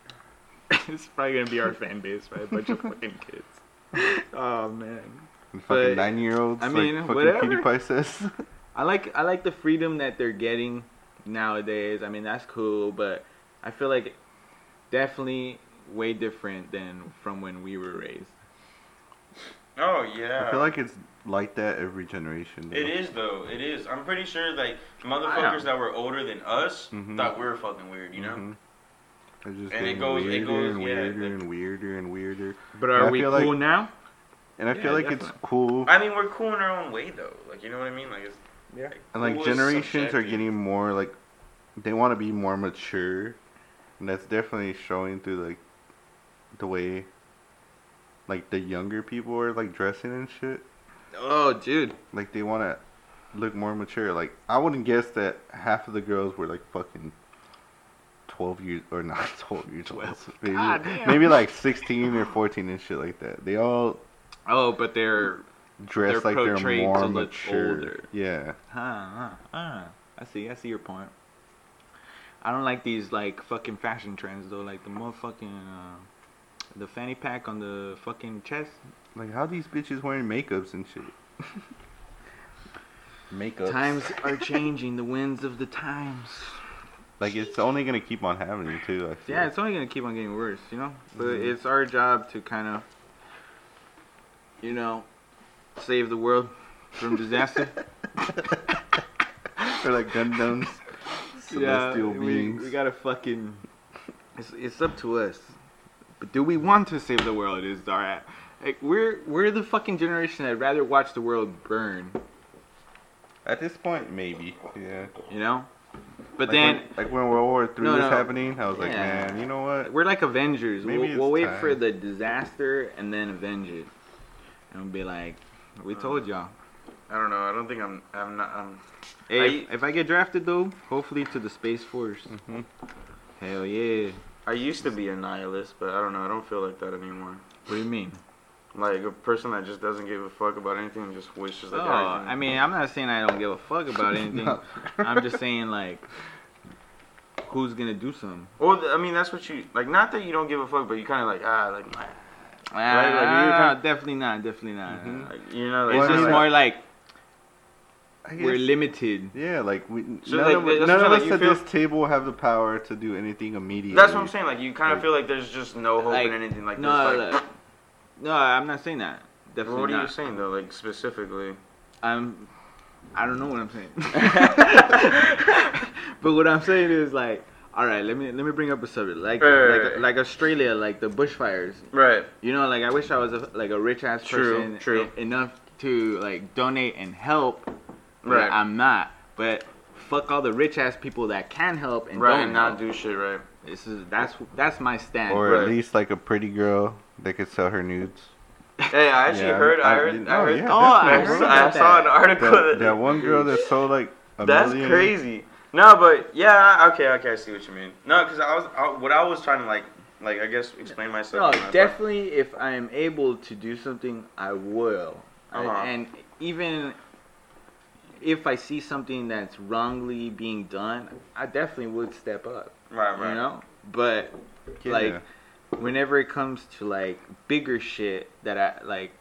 [SPEAKER 1] it's probably gonna be our fan base, right? A bunch of fucking kids. Oh man,
[SPEAKER 2] And fucking
[SPEAKER 1] But,
[SPEAKER 2] nine year olds.
[SPEAKER 1] I mean,
[SPEAKER 2] like, fucking
[SPEAKER 1] whatever.
[SPEAKER 2] PewDiePie says.
[SPEAKER 1] I like I like the freedom that they're getting nowadays. I mean, that's cool, but I feel like definitely way different than from when we were raised.
[SPEAKER 3] oh yeah.
[SPEAKER 2] I feel like it's like that every generation.
[SPEAKER 3] It is though. It is. I'm pretty sure like motherfuckers that were older than us
[SPEAKER 2] Mhm.
[SPEAKER 3] thought we were fucking weird. You know.
[SPEAKER 2] Mm-hmm. It's Mm-hmm. just
[SPEAKER 3] And it
[SPEAKER 2] getting
[SPEAKER 3] goes- it
[SPEAKER 2] weirder
[SPEAKER 3] goes-
[SPEAKER 2] and
[SPEAKER 3] yeah,
[SPEAKER 2] weirder
[SPEAKER 3] the-
[SPEAKER 2] and weirder and weirder.
[SPEAKER 1] But
[SPEAKER 2] I
[SPEAKER 1] are we
[SPEAKER 2] feel
[SPEAKER 1] cool
[SPEAKER 2] like-
[SPEAKER 1] now?
[SPEAKER 2] And I
[SPEAKER 1] Yeah,
[SPEAKER 2] feel like it's
[SPEAKER 1] definitely.
[SPEAKER 2] cool.
[SPEAKER 3] I mean, we're cool in our own way though. Like you know what I mean? Like it's
[SPEAKER 1] Yeah.
[SPEAKER 2] And like
[SPEAKER 3] cool is
[SPEAKER 2] generations are
[SPEAKER 3] subjective.
[SPEAKER 2] getting more like, they want to be more mature. And that's definitely showing through like the way like the younger people are like dressing and shit.
[SPEAKER 1] Oh, dude.
[SPEAKER 2] Like they want to look more mature. Like I wouldn't guess that half of the girls were like fucking twelve years or not twelve years old. Maybe,
[SPEAKER 1] God damn.
[SPEAKER 2] maybe like sixteen or fourteen and shit like that. They all
[SPEAKER 1] Oh, but they're.
[SPEAKER 2] dress
[SPEAKER 1] They're
[SPEAKER 2] like they're
[SPEAKER 1] portrayed
[SPEAKER 2] more
[SPEAKER 1] to look
[SPEAKER 2] mature.
[SPEAKER 1] older.
[SPEAKER 2] Yeah,
[SPEAKER 1] Huh, huh, huh. I see. I see your point. I don't like these like fucking fashion trends though. Like the motherfucking uh, the fanny pack on the fucking chest.
[SPEAKER 2] like how these bitches wearing makeups and shit. Makeup.
[SPEAKER 1] Times are changing. The winds of the times.
[SPEAKER 2] Like it's only gonna keep on happening too. I feel.
[SPEAKER 1] Yeah, it's only gonna keep on getting worse, you know. But
[SPEAKER 2] Mhm.
[SPEAKER 1] it's our job to kind of, you know, save the world from disaster.
[SPEAKER 2] They're like Gundams, celestial
[SPEAKER 1] we,
[SPEAKER 2] beings.
[SPEAKER 1] We gotta fucking. It's, it's up to us. But do we want to save the world? Is our like we're we're the fucking generation that'd rather watch the world burn,
[SPEAKER 2] At this point, maybe. Yeah.
[SPEAKER 1] you know. But
[SPEAKER 2] Like
[SPEAKER 1] then
[SPEAKER 2] when, like when World War Three
[SPEAKER 1] No,
[SPEAKER 2] was
[SPEAKER 1] no.
[SPEAKER 2] happening, I was like,
[SPEAKER 1] Yeah.
[SPEAKER 2] man, you know what?
[SPEAKER 1] we're like Avengers.
[SPEAKER 2] Maybe
[SPEAKER 1] we'll
[SPEAKER 2] it's
[SPEAKER 1] we'll wait
[SPEAKER 2] time.
[SPEAKER 1] for the disaster and then avenge it, and we'll be like, we
[SPEAKER 2] Uh,
[SPEAKER 1] told y'all.
[SPEAKER 3] I don't know. I don't think I'm. I'm not. I'm.
[SPEAKER 1] Hey,
[SPEAKER 3] I-
[SPEAKER 1] if I get drafted though, hopefully to the Space Force.
[SPEAKER 2] Mhm.
[SPEAKER 1] Hell yeah.
[SPEAKER 3] I used to be a nihilist, but I don't know. I don't feel like that anymore.
[SPEAKER 1] What do you mean?
[SPEAKER 3] Like a person that just doesn't give a fuck about anything, and just wishes
[SPEAKER 1] oh,
[SPEAKER 3] like everything.
[SPEAKER 1] I mean, I'm not saying I don't give a fuck about anything.
[SPEAKER 2] No.
[SPEAKER 1] I'm just saying like, who's gonna do something?
[SPEAKER 3] Well, th- I mean, that's what you like. Not that you don't give a fuck, but you kind of like ah, like, ah,
[SPEAKER 1] Ah,
[SPEAKER 3] like, you're kinda-
[SPEAKER 1] definitely not. Definitely not.
[SPEAKER 2] Mhm.
[SPEAKER 3] like, you know, like,
[SPEAKER 1] It's
[SPEAKER 2] Well, I
[SPEAKER 1] just
[SPEAKER 2] mean,
[SPEAKER 1] more like
[SPEAKER 2] I
[SPEAKER 1] we're
[SPEAKER 2] guess-
[SPEAKER 1] limited.
[SPEAKER 2] yeah, like we
[SPEAKER 3] So,
[SPEAKER 2] none
[SPEAKER 3] like,
[SPEAKER 2] of,
[SPEAKER 3] that's what
[SPEAKER 2] none
[SPEAKER 3] I'm
[SPEAKER 2] of
[SPEAKER 3] saying,
[SPEAKER 2] us
[SPEAKER 3] you
[SPEAKER 2] at
[SPEAKER 3] feel-
[SPEAKER 2] this table have the power to do anything immediately.
[SPEAKER 3] that's what I'm saying. Like you kind of
[SPEAKER 2] Like-
[SPEAKER 3] feel like there's just no hope
[SPEAKER 1] Like,
[SPEAKER 3] in anything like
[SPEAKER 1] no,
[SPEAKER 3] this. Like,
[SPEAKER 1] like- no, I'm not saying that.
[SPEAKER 3] Well,
[SPEAKER 1] Definitely
[SPEAKER 3] what are
[SPEAKER 1] not.
[SPEAKER 3] you saying though? Like specifically,
[SPEAKER 1] I'm. I don't know what I'm saying. but what I'm saying is like, all right, let me let me bring up a subject like
[SPEAKER 3] Right, right,
[SPEAKER 1] like,
[SPEAKER 3] right.
[SPEAKER 1] like Australia, like the bushfires.
[SPEAKER 3] right?
[SPEAKER 1] You know, like I wish I was a, like a rich ass
[SPEAKER 3] True,
[SPEAKER 1] person,
[SPEAKER 3] true.
[SPEAKER 1] e- enough to like donate and help. but
[SPEAKER 3] Right.
[SPEAKER 1] I'm not, but fuck all the rich ass people that can help and
[SPEAKER 3] Right,
[SPEAKER 1] don't
[SPEAKER 3] and
[SPEAKER 1] help.
[SPEAKER 3] not do shit. Right.
[SPEAKER 1] This is that's that's my stand.
[SPEAKER 2] Or
[SPEAKER 3] Right.
[SPEAKER 2] at least like a pretty girl that could sell her nudes.
[SPEAKER 3] Hey, I actually
[SPEAKER 2] Yeah,
[SPEAKER 3] heard. I,
[SPEAKER 2] I-
[SPEAKER 3] heard. I
[SPEAKER 2] oh,
[SPEAKER 3] heard.
[SPEAKER 2] yeah,
[SPEAKER 1] oh, I
[SPEAKER 3] I,
[SPEAKER 1] heard
[SPEAKER 3] saw,
[SPEAKER 1] about
[SPEAKER 3] I saw an
[SPEAKER 1] that.
[SPEAKER 3] article
[SPEAKER 2] That,
[SPEAKER 3] that,
[SPEAKER 2] that one girl that sold like a
[SPEAKER 3] That's
[SPEAKER 2] million.
[SPEAKER 3] crazy. No, but yeah, I- okay, okay, I see what you mean. No, because I was I, what I was trying to like, like I guess explain
[SPEAKER 1] No,
[SPEAKER 3] myself. on that part.
[SPEAKER 1] definitely. If I am able to do something, I will. I-
[SPEAKER 3] Uh-huh.
[SPEAKER 1] and even if I see something that's wrongly being done, I definitely would step up.
[SPEAKER 3] Right, right. Uh-huh.
[SPEAKER 1] You know, but
[SPEAKER 2] Yeah.
[SPEAKER 1] like whenever it comes to like bigger shit that I like,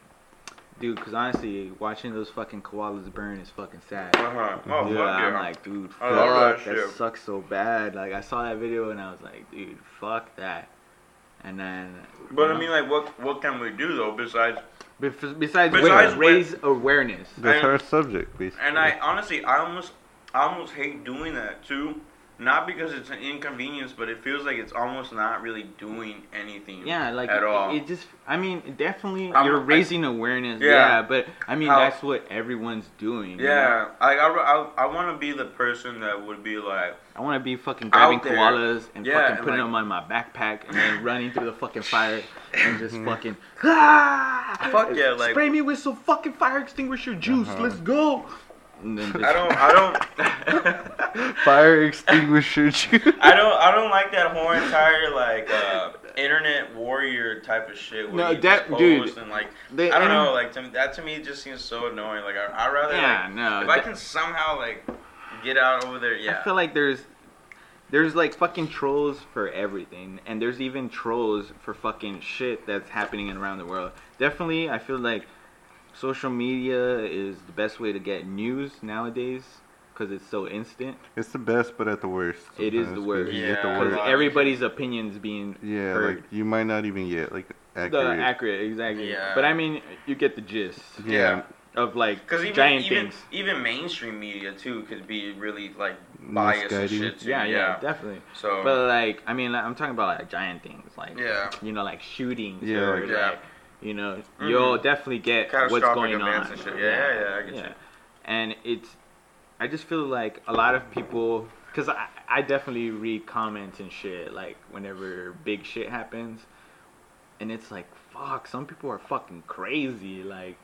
[SPEAKER 1] dude. Because honestly, watching those fucking koalas burn is fucking sad.
[SPEAKER 3] Uh huh. Oh
[SPEAKER 1] yeah,
[SPEAKER 3] fuck
[SPEAKER 1] I'm
[SPEAKER 3] yeah.
[SPEAKER 1] like, dude, fuck,
[SPEAKER 3] I
[SPEAKER 1] that
[SPEAKER 3] love that shit.
[SPEAKER 1] sucks so bad. Like, I saw that video and I was like, dude, fuck that. And then,
[SPEAKER 3] but I mean, like, what what can we do though besides?
[SPEAKER 1] Bef- besides,
[SPEAKER 3] Besides
[SPEAKER 1] wait, raise awareness.
[SPEAKER 2] That's
[SPEAKER 3] and-
[SPEAKER 2] her subject, basically.
[SPEAKER 3] And I honestly, I almost, I almost hate doing that too. Not because it's an inconvenience, but it feels like it's almost not really doing anything.
[SPEAKER 1] Yeah, like
[SPEAKER 3] at
[SPEAKER 1] it,
[SPEAKER 3] all.
[SPEAKER 1] it just. I mean, definitely,
[SPEAKER 3] I'm-
[SPEAKER 1] you're
[SPEAKER 3] I-
[SPEAKER 1] raising awareness.
[SPEAKER 3] Yeah.
[SPEAKER 1] Yeah. but I mean,
[SPEAKER 3] How-
[SPEAKER 1] that's what everyone's doing. you know?
[SPEAKER 3] yeah, like I, I, I want to be the person that would be like,
[SPEAKER 1] I want to be fucking grabbing
[SPEAKER 3] there.
[SPEAKER 1] koalas and
[SPEAKER 3] Yeah,
[SPEAKER 1] fucking
[SPEAKER 3] and
[SPEAKER 1] putting
[SPEAKER 3] like-
[SPEAKER 1] them on my backpack and then running through the fucking fire and just fucking. Ah!
[SPEAKER 3] Fuck yeah, like-
[SPEAKER 1] Spray me with some fucking fire extinguisher juice.
[SPEAKER 2] Uh-huh.
[SPEAKER 1] Let's go. And then
[SPEAKER 3] I
[SPEAKER 1] just-
[SPEAKER 3] don't, I don't.
[SPEAKER 2] Fire extinguisher.
[SPEAKER 3] I don't I don't like that whole entire like uh, internet warrior type of shit. Where
[SPEAKER 1] No,
[SPEAKER 3] you
[SPEAKER 1] that-
[SPEAKER 3] just post
[SPEAKER 1] dude,
[SPEAKER 3] and like
[SPEAKER 1] the
[SPEAKER 3] I don't
[SPEAKER 1] inter-
[SPEAKER 3] know, like to, that to me just seems so annoying. Like I would rather
[SPEAKER 1] Yeah,
[SPEAKER 3] like,
[SPEAKER 1] no,
[SPEAKER 3] if I
[SPEAKER 1] that-
[SPEAKER 3] can somehow like get out over there, yeah.
[SPEAKER 1] I feel like there's there's like fucking trolls for everything, and there's even trolls for fucking shit that's happening around the world. Definitely, I feel like social media is the best way to get news nowadays because it's so instant.
[SPEAKER 2] it's the best, but at the worst.
[SPEAKER 1] It is the
[SPEAKER 2] sometimes, 'cause
[SPEAKER 1] worst.
[SPEAKER 2] You get the
[SPEAKER 3] Yeah.
[SPEAKER 1] Because
[SPEAKER 2] worst.
[SPEAKER 3] Right.
[SPEAKER 1] everybody's opinions being
[SPEAKER 2] Yeah,
[SPEAKER 1] heard.
[SPEAKER 2] like you might not even get like accurate.
[SPEAKER 1] The accurate, exactly.
[SPEAKER 3] Yeah.
[SPEAKER 1] But I mean, you get the gist
[SPEAKER 2] yeah,
[SPEAKER 1] of like
[SPEAKER 3] because even
[SPEAKER 1] giant
[SPEAKER 3] even,
[SPEAKER 1] things.
[SPEAKER 3] even mainstream media too could be really like biased and
[SPEAKER 2] Misguiding.
[SPEAKER 3] shit too.
[SPEAKER 1] Yeah, yeah, definitely.
[SPEAKER 3] So
[SPEAKER 1] But like, I mean, like, I'm talking about like giant things, like
[SPEAKER 3] Yeah.
[SPEAKER 1] you know, like shootings.
[SPEAKER 2] Yeah,
[SPEAKER 1] or, like,
[SPEAKER 2] like-
[SPEAKER 3] Yeah.
[SPEAKER 1] You know,
[SPEAKER 3] Mhm.
[SPEAKER 1] you'll definitely get what's
[SPEAKER 3] Catastrophic
[SPEAKER 1] going on.
[SPEAKER 3] events and shit. Yeah, yeah, yeah, I get you.
[SPEAKER 1] And it's, I just feel like a lot of people Cause I, I definitely read comments and shit like whenever big shit happens, and it's like fuck. Some people are fucking crazy. Like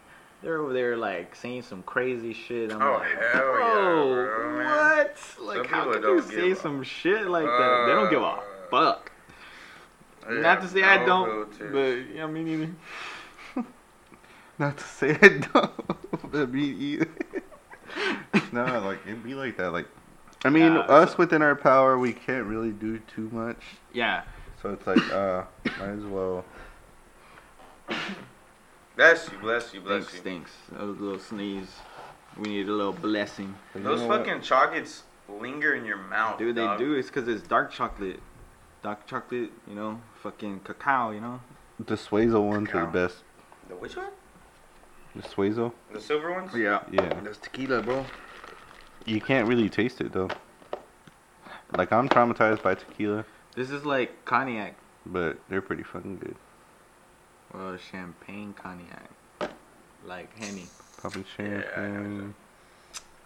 [SPEAKER 1] they're over there like saying some crazy shit. I'm
[SPEAKER 3] Oh,
[SPEAKER 1] like,
[SPEAKER 3] hell yeah, bro, man.
[SPEAKER 1] what? Like how
[SPEAKER 3] people
[SPEAKER 1] can
[SPEAKER 3] don't
[SPEAKER 1] you
[SPEAKER 3] give
[SPEAKER 1] say
[SPEAKER 3] a-
[SPEAKER 1] some shit like that? They don't give a
[SPEAKER 3] Uh,
[SPEAKER 1] fuck. Not to say I don't, but yeah, me neither.
[SPEAKER 2] Not to say I don't, but me either. no, like it'd be like that. Like, I mean,
[SPEAKER 1] Yeah,
[SPEAKER 2] us within our power, we can't really do too much.
[SPEAKER 1] Yeah,
[SPEAKER 2] So it's like, uh, might as well.
[SPEAKER 3] bless you, bless you, bless
[SPEAKER 1] thanks,
[SPEAKER 3] you.
[SPEAKER 1] thanks. That was a little sneeze. We need a little blessing.
[SPEAKER 2] But you
[SPEAKER 3] Those
[SPEAKER 2] know what?
[SPEAKER 3] fucking chocolates linger in your mouth.
[SPEAKER 1] Dude, they
[SPEAKER 3] dog.
[SPEAKER 1] do. It's because it's dark chocolate. Dark chocolate, you know, fucking cacao, you know?
[SPEAKER 2] the Swazel ones are
[SPEAKER 3] Cacao.
[SPEAKER 2] the best.
[SPEAKER 3] The which one?
[SPEAKER 2] The Swazel,
[SPEAKER 3] The silver ones?
[SPEAKER 1] Yeah.
[SPEAKER 2] yeah.
[SPEAKER 1] That's tequila, bro.
[SPEAKER 2] You can't really taste it though. Like I'm traumatized by tequila,
[SPEAKER 1] This is like cognac.
[SPEAKER 2] but they're pretty fucking good.
[SPEAKER 1] Well, champagne cognac. Like Henny.
[SPEAKER 2] Popping
[SPEAKER 3] Yeah, I know
[SPEAKER 2] champagne.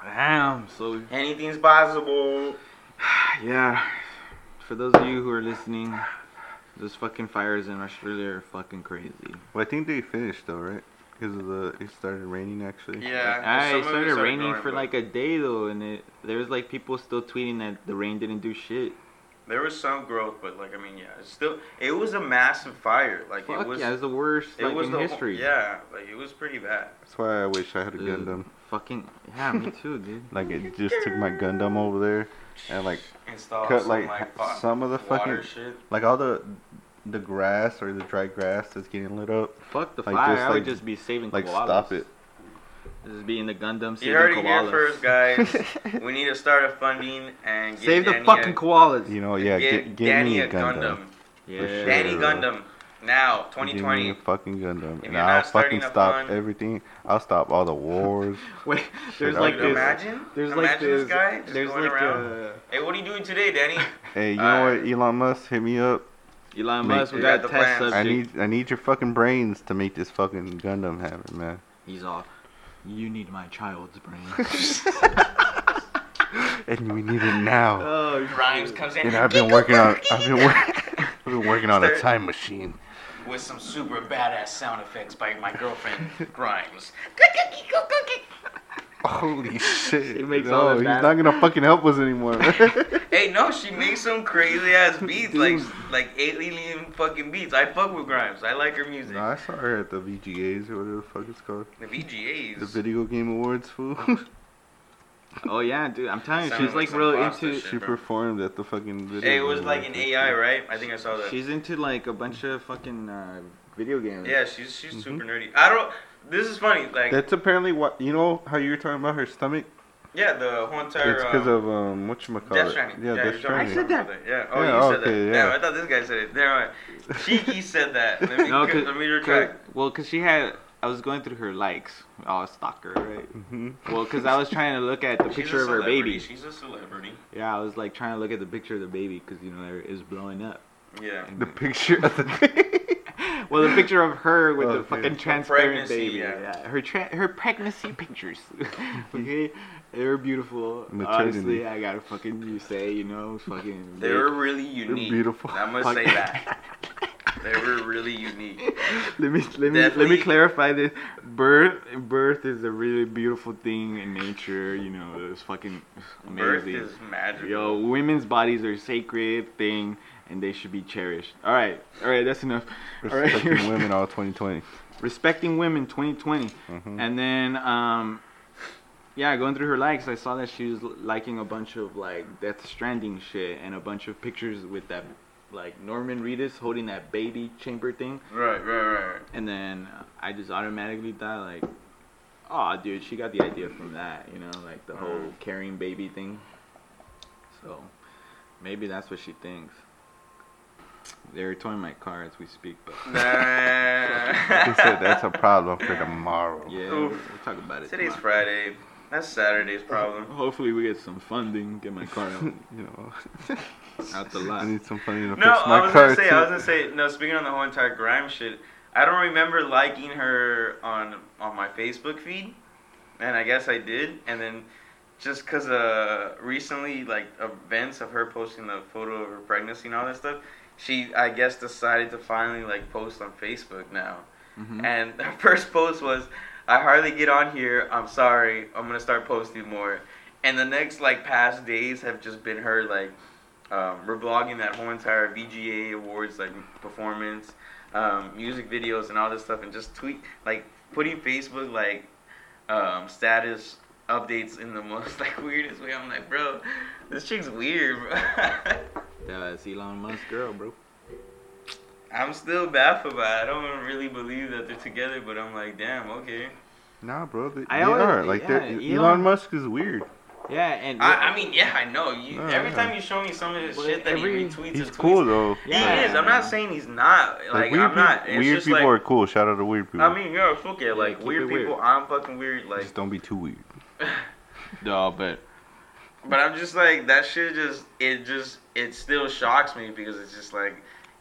[SPEAKER 1] Damn. So,
[SPEAKER 3] Anything's possible.
[SPEAKER 1] yeah. For those of you who are listening, those fucking fires in Australia are fucking crazy.
[SPEAKER 2] well, I think they finished though, right? Because of the it started raining actually.
[SPEAKER 3] Yeah.
[SPEAKER 1] Ah,
[SPEAKER 3] some
[SPEAKER 1] it
[SPEAKER 3] of
[SPEAKER 1] started, raining
[SPEAKER 3] going,
[SPEAKER 1] for
[SPEAKER 3] but
[SPEAKER 1] like a day though, and it, there was like people still tweeting that the rain didn't do shit.
[SPEAKER 3] There was some growth, but like I mean, yeah, it's still it was a massive fire. Like
[SPEAKER 1] Fuck
[SPEAKER 3] it was.
[SPEAKER 1] yeah, it was the worst
[SPEAKER 3] it
[SPEAKER 1] like
[SPEAKER 3] was
[SPEAKER 1] in
[SPEAKER 3] the whole-
[SPEAKER 1] history.
[SPEAKER 3] yeah, like it was pretty bad.
[SPEAKER 2] That's why I wish I had a
[SPEAKER 1] Ugh,
[SPEAKER 2] Gundam.
[SPEAKER 1] Fucking yeah, me too, dude.
[SPEAKER 2] Like it just took my Gundam over there and like
[SPEAKER 3] Installed
[SPEAKER 2] Cut,
[SPEAKER 3] some,
[SPEAKER 2] like,
[SPEAKER 3] like,
[SPEAKER 2] ha-
[SPEAKER 3] fu-
[SPEAKER 2] some of the
[SPEAKER 3] water
[SPEAKER 2] fucking-
[SPEAKER 3] shit.
[SPEAKER 2] like all the the grass or the dry grass that's getting lit up.
[SPEAKER 1] Fuck the
[SPEAKER 2] Like,
[SPEAKER 1] fire.
[SPEAKER 2] just,
[SPEAKER 1] I would
[SPEAKER 2] like-
[SPEAKER 1] just be saving
[SPEAKER 2] Like
[SPEAKER 1] koalas.
[SPEAKER 2] stop it.
[SPEAKER 1] Just be in the Gundam saving
[SPEAKER 3] You heard it
[SPEAKER 1] koalas.
[SPEAKER 3] here first, guys. we need to start a funding and get
[SPEAKER 1] Save the
[SPEAKER 3] Danny a-
[SPEAKER 1] fucking Oh, koalas.
[SPEAKER 2] You know, yeah,
[SPEAKER 3] Get,
[SPEAKER 2] get, get
[SPEAKER 3] Danny
[SPEAKER 2] me a
[SPEAKER 3] a
[SPEAKER 2] Gundam.
[SPEAKER 1] yeah.
[SPEAKER 2] sure.
[SPEAKER 3] Danny
[SPEAKER 2] Yeah.
[SPEAKER 3] Gundam now,
[SPEAKER 2] Give me
[SPEAKER 3] 2020.
[SPEAKER 2] a fucking Gundam,
[SPEAKER 3] If
[SPEAKER 2] and
[SPEAKER 3] you're
[SPEAKER 2] I'll
[SPEAKER 3] not starting
[SPEAKER 2] fucking
[SPEAKER 3] a
[SPEAKER 2] stop
[SPEAKER 3] fund-
[SPEAKER 2] everything. I'll stop all the wars.
[SPEAKER 1] Wait, there's
[SPEAKER 2] Should I
[SPEAKER 1] like
[SPEAKER 2] do
[SPEAKER 1] this.
[SPEAKER 2] that?
[SPEAKER 3] imagine,
[SPEAKER 1] There's
[SPEAKER 3] imagine
[SPEAKER 1] like
[SPEAKER 3] this,
[SPEAKER 1] this.
[SPEAKER 3] guy just
[SPEAKER 1] there's
[SPEAKER 3] going
[SPEAKER 1] like
[SPEAKER 3] around.
[SPEAKER 1] uh,
[SPEAKER 3] hey, what are you doing today, Danny?
[SPEAKER 2] hey, you
[SPEAKER 3] Uh,
[SPEAKER 2] know what, Elon Musk, hit me up.
[SPEAKER 1] Elon
[SPEAKER 2] Make-
[SPEAKER 1] Musk. We
[SPEAKER 3] You
[SPEAKER 1] got a
[SPEAKER 3] got the
[SPEAKER 1] test
[SPEAKER 3] plans.
[SPEAKER 1] subject.
[SPEAKER 2] I need I need your fucking brains to make this fucking Gundam happen, man.
[SPEAKER 1] He's off. You need my child's brain.
[SPEAKER 2] And we need it now.
[SPEAKER 1] oh,
[SPEAKER 3] Grimes comes in
[SPEAKER 2] And I've been working on I've been work, I've been working on a
[SPEAKER 3] Start-
[SPEAKER 2] time machine.
[SPEAKER 3] with some super badass sound effects by my girlfriend Grimes.
[SPEAKER 2] Holy shit!
[SPEAKER 1] It makes
[SPEAKER 2] no,
[SPEAKER 1] all the
[SPEAKER 2] he's
[SPEAKER 1] bad-
[SPEAKER 2] not gonna fucking help us anymore.
[SPEAKER 3] Hey, no, she makes some crazy ass beats, like like alien fucking beats. I fuck with Grimes. I like her music.
[SPEAKER 2] no, I saw her at the VGAs or whatever the fuck it's called,
[SPEAKER 3] The VGAs.
[SPEAKER 2] the Video Game Awards. Fool.
[SPEAKER 1] oh yeah, dude. I'm telling you,
[SPEAKER 3] Sounded
[SPEAKER 1] she's
[SPEAKER 3] like
[SPEAKER 1] like
[SPEAKER 3] some
[SPEAKER 1] real
[SPEAKER 3] pasta
[SPEAKER 1] into.
[SPEAKER 3] shit.
[SPEAKER 2] she
[SPEAKER 3] bro.
[SPEAKER 2] performed at the fucking. Video
[SPEAKER 3] hey, it was
[SPEAKER 2] Game
[SPEAKER 3] like an
[SPEAKER 2] Awards.
[SPEAKER 3] AI, right? I think I saw that.
[SPEAKER 1] She's into like a bunch of fucking uh, video games.
[SPEAKER 3] yeah, she's
[SPEAKER 2] Mm-hmm.
[SPEAKER 3] she's super nerdy. I don't. This is funny. Like
[SPEAKER 2] That's apparently what you know how you were talking about her stomach.
[SPEAKER 3] yeah, the whole entire.
[SPEAKER 2] It's because
[SPEAKER 3] um,
[SPEAKER 2] of um what you call
[SPEAKER 3] Death
[SPEAKER 2] it?
[SPEAKER 3] Stranding.
[SPEAKER 2] Yeah,
[SPEAKER 3] you're talking
[SPEAKER 2] Death Stranding.
[SPEAKER 1] I said that.
[SPEAKER 3] about Yeah. Oh,
[SPEAKER 2] Yeah,
[SPEAKER 3] you said
[SPEAKER 2] okay,
[SPEAKER 3] that.
[SPEAKER 2] yeah.
[SPEAKER 3] Damn, I thought this guy said it. Never mind. Cheeky said that. Let me,
[SPEAKER 1] No, 'cause-
[SPEAKER 3] let me retract.
[SPEAKER 1] Cause, well, because she had. I was going through her likes. I was stalker, right?
[SPEAKER 2] Mhm.
[SPEAKER 1] Well, because I was trying to look at the
[SPEAKER 3] She's a
[SPEAKER 1] picture of her
[SPEAKER 3] celebrity.
[SPEAKER 1] baby.
[SPEAKER 3] She's a celebrity.
[SPEAKER 1] Yeah, I was like trying to look at the picture of the baby because you know it was blowing up.
[SPEAKER 3] Yeah.
[SPEAKER 2] The picture of the
[SPEAKER 1] Well, the picture of her with
[SPEAKER 2] Oh,
[SPEAKER 1] the
[SPEAKER 2] dude.
[SPEAKER 1] fucking transparent
[SPEAKER 3] pregnancy,
[SPEAKER 1] baby.
[SPEAKER 3] yeah.
[SPEAKER 1] Yeah. her tra- her pregnancy pictures. okay, they were beautiful.
[SPEAKER 2] Maternity.
[SPEAKER 1] Honestly, I gotta fucking you say you know fucking.
[SPEAKER 3] They were really unique.
[SPEAKER 2] beautiful.
[SPEAKER 3] I must
[SPEAKER 1] Fuck.
[SPEAKER 3] say that. They were really unique.
[SPEAKER 1] let me let me let me
[SPEAKER 3] Definitely.
[SPEAKER 1] clarify this. Birth birth is a really beautiful thing in nature. You know, it's fucking
[SPEAKER 3] Birth
[SPEAKER 1] amazing.
[SPEAKER 3] is magical.
[SPEAKER 1] Yo, women's bodies are a sacred thing, and they should be cherished. All right, all right, that's enough. All right,
[SPEAKER 2] fucking women all 2020.
[SPEAKER 1] respecting women 2020
[SPEAKER 2] Mm-hmm.
[SPEAKER 1] and then um yeah going through her likes i saw that she was liking a bunch of like death stranding shit and a bunch of pictures with that like norman reedus holding that baby chamber thing
[SPEAKER 3] Right, right, right.
[SPEAKER 1] and then i just automatically thought like oh dude she got the idea from that you know like the whole
[SPEAKER 3] Mm.
[SPEAKER 1] carrying baby thing so maybe that's what she thinks they're towing my car as we speak but
[SPEAKER 2] He
[SPEAKER 3] Nah.
[SPEAKER 2] said that's a problem for tomorrow.
[SPEAKER 1] yeah
[SPEAKER 3] Oof.
[SPEAKER 1] we'll talk about it
[SPEAKER 3] Today's
[SPEAKER 1] tomorrow.
[SPEAKER 3] Friday. That's Saturday's problem.
[SPEAKER 1] Hopefully we get some funding, get my car out,
[SPEAKER 2] You know,
[SPEAKER 1] out the
[SPEAKER 2] I
[SPEAKER 1] lot.
[SPEAKER 2] need some funny to
[SPEAKER 3] No,
[SPEAKER 2] fix my
[SPEAKER 3] I was
[SPEAKER 2] car
[SPEAKER 3] gonna say,
[SPEAKER 2] too.
[SPEAKER 3] I was gonna say, no. Speaking on the whole entire grime shit, I don't remember liking her on on my Facebook feed, and I guess I did, and then just because uh recently like events of her posting the photo of her pregnancy and all that stuff she i guess decided to finally like post on facebook now
[SPEAKER 1] Mhm.
[SPEAKER 3] and her first post was i hardly get on here i'm sorry i'm gonna start posting more and the next like past days have just been her like um, reblogging that whole entire vga awards like performance um, music videos and all this stuff and just tweet like putting facebook like um, status updates in the most like weirdest way i'm like bro this chick's weird bro
[SPEAKER 1] That's Elon Musk's girl, bro.
[SPEAKER 3] I'm still baffled by it. I don't really believe that they're together, but I'm like, damn, okay.
[SPEAKER 2] Nah, bro. They,
[SPEAKER 1] I
[SPEAKER 2] they
[SPEAKER 1] always-
[SPEAKER 2] are. Like, they're-
[SPEAKER 1] yeah,
[SPEAKER 2] Elon
[SPEAKER 1] Elon-
[SPEAKER 2] Musk is weird.
[SPEAKER 1] Yeah, and
[SPEAKER 3] I, I mean, yeah, I know. You,
[SPEAKER 2] Yeah,
[SPEAKER 3] every
[SPEAKER 2] yeah.
[SPEAKER 3] time you show me some of his
[SPEAKER 1] But
[SPEAKER 3] shit that
[SPEAKER 1] every-
[SPEAKER 3] he retweets,
[SPEAKER 2] He's
[SPEAKER 3] or tweets,
[SPEAKER 2] cool, though.
[SPEAKER 3] He
[SPEAKER 1] Yeah.
[SPEAKER 3] is. I'm not saying he's not. Like, I'm
[SPEAKER 2] peop-
[SPEAKER 3] not. It's
[SPEAKER 2] weird
[SPEAKER 3] just
[SPEAKER 2] people
[SPEAKER 3] like,
[SPEAKER 2] are cool. Shout out to weird people.
[SPEAKER 3] I mean, yeah, fuck it. Like,
[SPEAKER 1] keep
[SPEAKER 3] weird
[SPEAKER 1] it weird.
[SPEAKER 3] people, I'm fucking weird. Like,
[SPEAKER 2] just don't be too weird.
[SPEAKER 1] no, but
[SPEAKER 3] But I'm just like that shit. Just it just it still shocks me because it's just like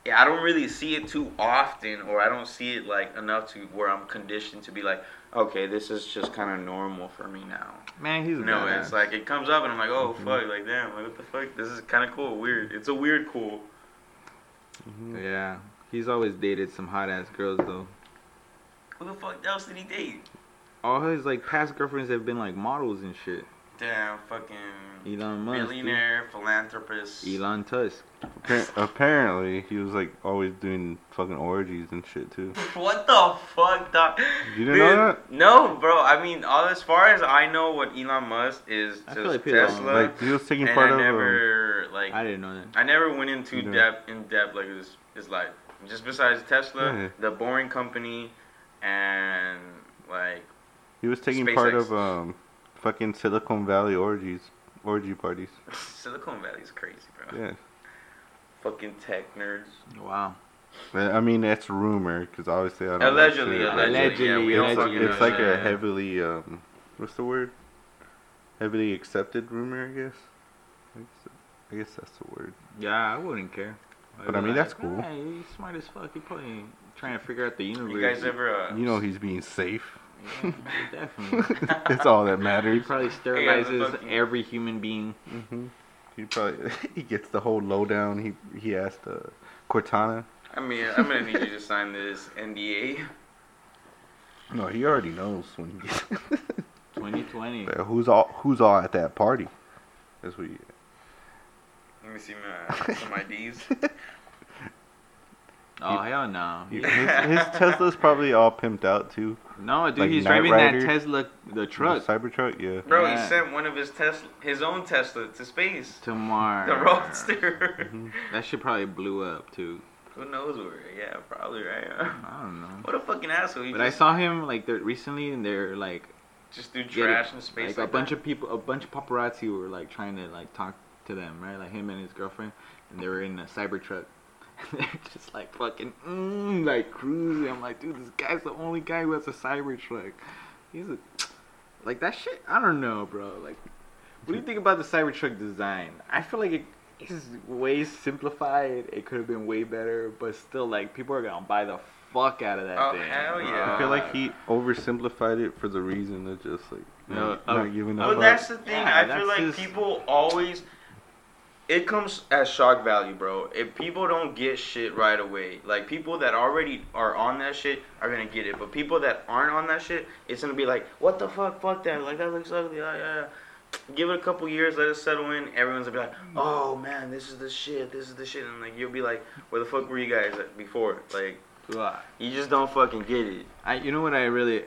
[SPEAKER 3] yeah, I don't really see it too often, or I don't see it like enough to where I'm conditioned to be like, okay, this is just kind of normal for me now.
[SPEAKER 1] man, he's a
[SPEAKER 3] No,
[SPEAKER 1] badass.
[SPEAKER 3] it's like it comes up and I'm like, oh fuck, like damn, like, what the fuck? This is kind of cool, weird. It's a weird cool. Mm-hmm.
[SPEAKER 1] yeah, he's always dated some hot ass girls though.
[SPEAKER 3] Who the fuck else did he date?
[SPEAKER 1] All his like past girlfriends have been like models and shit.
[SPEAKER 3] Damn, fucking
[SPEAKER 1] Elon Musk, dude.
[SPEAKER 3] millionaire philanthropist.
[SPEAKER 1] Elon Tusk.
[SPEAKER 2] Appar- Apparently, he was like always doing fucking orgies and shit too.
[SPEAKER 3] What the fuck, dog?
[SPEAKER 2] You didn't know that?
[SPEAKER 3] No, bro. I mean, all as far as I know, what Elon Musk is
[SPEAKER 1] I
[SPEAKER 3] just
[SPEAKER 1] feel like people don't
[SPEAKER 3] Tesla,
[SPEAKER 2] Like he was taking
[SPEAKER 3] and
[SPEAKER 2] part
[SPEAKER 3] I
[SPEAKER 2] of. um,
[SPEAKER 3] never like
[SPEAKER 1] I
[SPEAKER 3] I,
[SPEAKER 1] didn't know that.
[SPEAKER 3] never went into
[SPEAKER 2] You know.
[SPEAKER 3] depth in depth like his his life. Just besides Tesla,
[SPEAKER 2] Yeah.
[SPEAKER 3] the Boring Company, and like
[SPEAKER 2] he was taking part
[SPEAKER 3] SpaceX.
[SPEAKER 2] of um, fucking Silicon Valley orgies, orgy parties.
[SPEAKER 3] Silicon Valley is crazy, bro.
[SPEAKER 2] Yeah,
[SPEAKER 3] Fucking tech nerds.
[SPEAKER 1] Wow.
[SPEAKER 2] But, I mean that's rumor because obviously I don't. know
[SPEAKER 3] Allegedly,
[SPEAKER 2] shit, but
[SPEAKER 3] allegedly, yeah,
[SPEAKER 1] Allegedly,
[SPEAKER 3] we
[SPEAKER 2] It's,
[SPEAKER 3] don't
[SPEAKER 2] it's
[SPEAKER 1] allegedly.
[SPEAKER 3] fucking know
[SPEAKER 2] it's like a
[SPEAKER 3] shit.
[SPEAKER 2] heavily um, what's the word? Heavily accepted rumor, I guess. I guess, I guess that's the word.
[SPEAKER 1] Yeah, I wouldn't care. I'd
[SPEAKER 2] But,
[SPEAKER 1] be
[SPEAKER 2] I mean, that's cool.
[SPEAKER 1] "Nah, he's smart as fuck. He probably trying to figure out the universe.
[SPEAKER 3] You guys ever? Uh,
[SPEAKER 2] You know he's being safe.
[SPEAKER 1] Yeah, definitely.
[SPEAKER 2] it's all that
[SPEAKER 1] He
[SPEAKER 2] matters.
[SPEAKER 1] probably sterilizes every human being.
[SPEAKER 2] hmm He probably he gets the whole lowdown. He he asked uh, Cortana.
[SPEAKER 3] I mean, I'm gonna need you to sign this NDA.
[SPEAKER 2] No, he already knows when he gets
[SPEAKER 1] 2020.
[SPEAKER 2] there. Who's all who's all at that party? That's what. You,
[SPEAKER 3] Let me see my some IDs.
[SPEAKER 1] Oh hell no.
[SPEAKER 2] he- his, his Tesla's probably all pimped out too.
[SPEAKER 1] No, dude,
[SPEAKER 2] Like
[SPEAKER 1] he's
[SPEAKER 2] Knight
[SPEAKER 1] driving
[SPEAKER 2] Rider?
[SPEAKER 1] that Tesla, the truck,
[SPEAKER 2] Cybertruck. Yeah.
[SPEAKER 3] Bro,
[SPEAKER 1] Yeah.
[SPEAKER 3] he sent one of his Tesla, his own Tesla, to space.
[SPEAKER 1] to Mars.
[SPEAKER 3] The roadster.
[SPEAKER 1] That shit probably blew up too.
[SPEAKER 3] Who knows where? Yeah, probably right.
[SPEAKER 1] I don't know.
[SPEAKER 3] What a fucking asshole! He
[SPEAKER 1] But I
[SPEAKER 3] just,
[SPEAKER 1] saw him like there recently, and they're like,
[SPEAKER 3] just threw
[SPEAKER 1] get it.
[SPEAKER 3] trash in space.
[SPEAKER 1] like a bunch of people, a bunch of paparazzi were like trying to like talk to them, right? Like him and his girlfriend, and they were in a Cybertruck. And they're just like fucking, mm, like cruising. I'm like, dude, this guy's the only guy who has a Cybertruck. He's a, like that shit. I don't know, bro. Like, what do you think about the Cybertruck design? I feel like it is way simplified. It could have been way better, but still, like, people are gonna buy the fuck out of that
[SPEAKER 3] Oh,
[SPEAKER 1] thing.
[SPEAKER 3] hell
[SPEAKER 1] bro.
[SPEAKER 3] yeah.
[SPEAKER 2] I feel like he oversimplified it for the reason of just like
[SPEAKER 1] No,
[SPEAKER 2] not,
[SPEAKER 1] uh,
[SPEAKER 2] not giving up.
[SPEAKER 3] But
[SPEAKER 2] on-
[SPEAKER 3] that's the thing.
[SPEAKER 1] Yeah,
[SPEAKER 3] I
[SPEAKER 1] that's
[SPEAKER 3] feel
[SPEAKER 1] his-
[SPEAKER 3] like people always. It comes as shock value, bro. If people don't get shit right away, like people that already are on that shit are gonna get it, but people that aren't on that shit, it's gonna be like, what the fuck, fuck that, like that looks ugly, yeah, yeah. yeah. Give it a couple years, let it settle in. Everyone's gonna be like,
[SPEAKER 1] Mm.
[SPEAKER 3] oh man, this is the shit, this is the shit, and like you'll be like, where the fuck were you guys at before? Like
[SPEAKER 1] Ugh.
[SPEAKER 3] you just don't fucking get it.
[SPEAKER 1] I you know what I really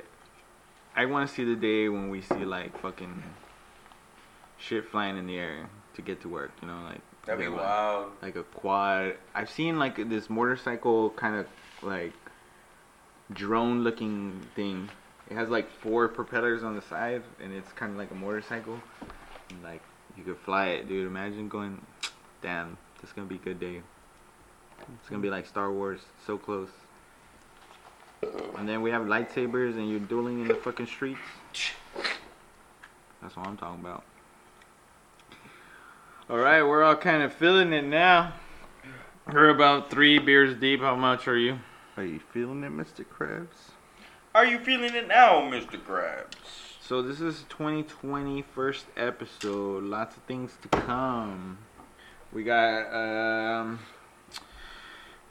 [SPEAKER 1] I want to see the day when we see like fucking shit flying in the air to get to work. You know, like like, a-
[SPEAKER 3] wild.
[SPEAKER 1] Like a quad. I've seen like this motorcycle kind of like drone looking thing. It has like four propellers on the side, and it's kind of like a motorcycle. And, like you could fly it, dude. Imagine going. Damn, this is gonna be a good day. It's gonna be like Star Wars, so close. And then we have lightsabers, and you're dueling in the fucking streets. That's what I'm talking about. All right, we're all kind of feeling it now. We're about three beers deep. How much are you?
[SPEAKER 2] Are you feeling it, Mr. Krabs?
[SPEAKER 3] Are you feeling it now, Mr. Krabs?
[SPEAKER 1] So this is 2020 first episode. Lots of things to come. We got um,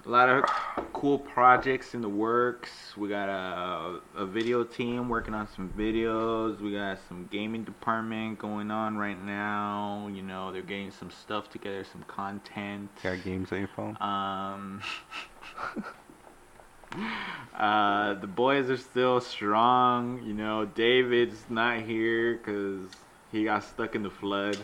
[SPEAKER 1] a lot of cool projects in the works. We got a, a video team working on some videos. We got some gaming department going on right now. You know, they're getting some stuff together, some content.
[SPEAKER 2] Got games on your phone?
[SPEAKER 1] Um, uh, the boys are still strong. You know, David's not here because he got stuck in the flood.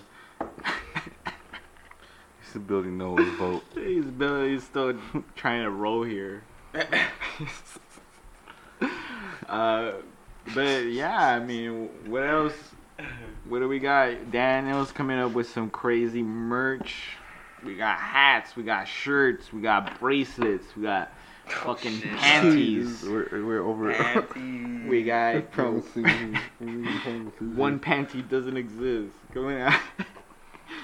[SPEAKER 2] This is Billy Noel's vote.
[SPEAKER 1] He's, been, he's still trying to roll here. uh, but yeah, I mean, what else? What do we got? Daniel's coming up with some crazy merch. We got hats, we got shirts, we got bracelets, we got fucking
[SPEAKER 3] shit.
[SPEAKER 1] panties.
[SPEAKER 2] We're, we're over.
[SPEAKER 3] Panties.
[SPEAKER 1] We got one
[SPEAKER 2] One.
[SPEAKER 1] panty doesn't exist. Come on.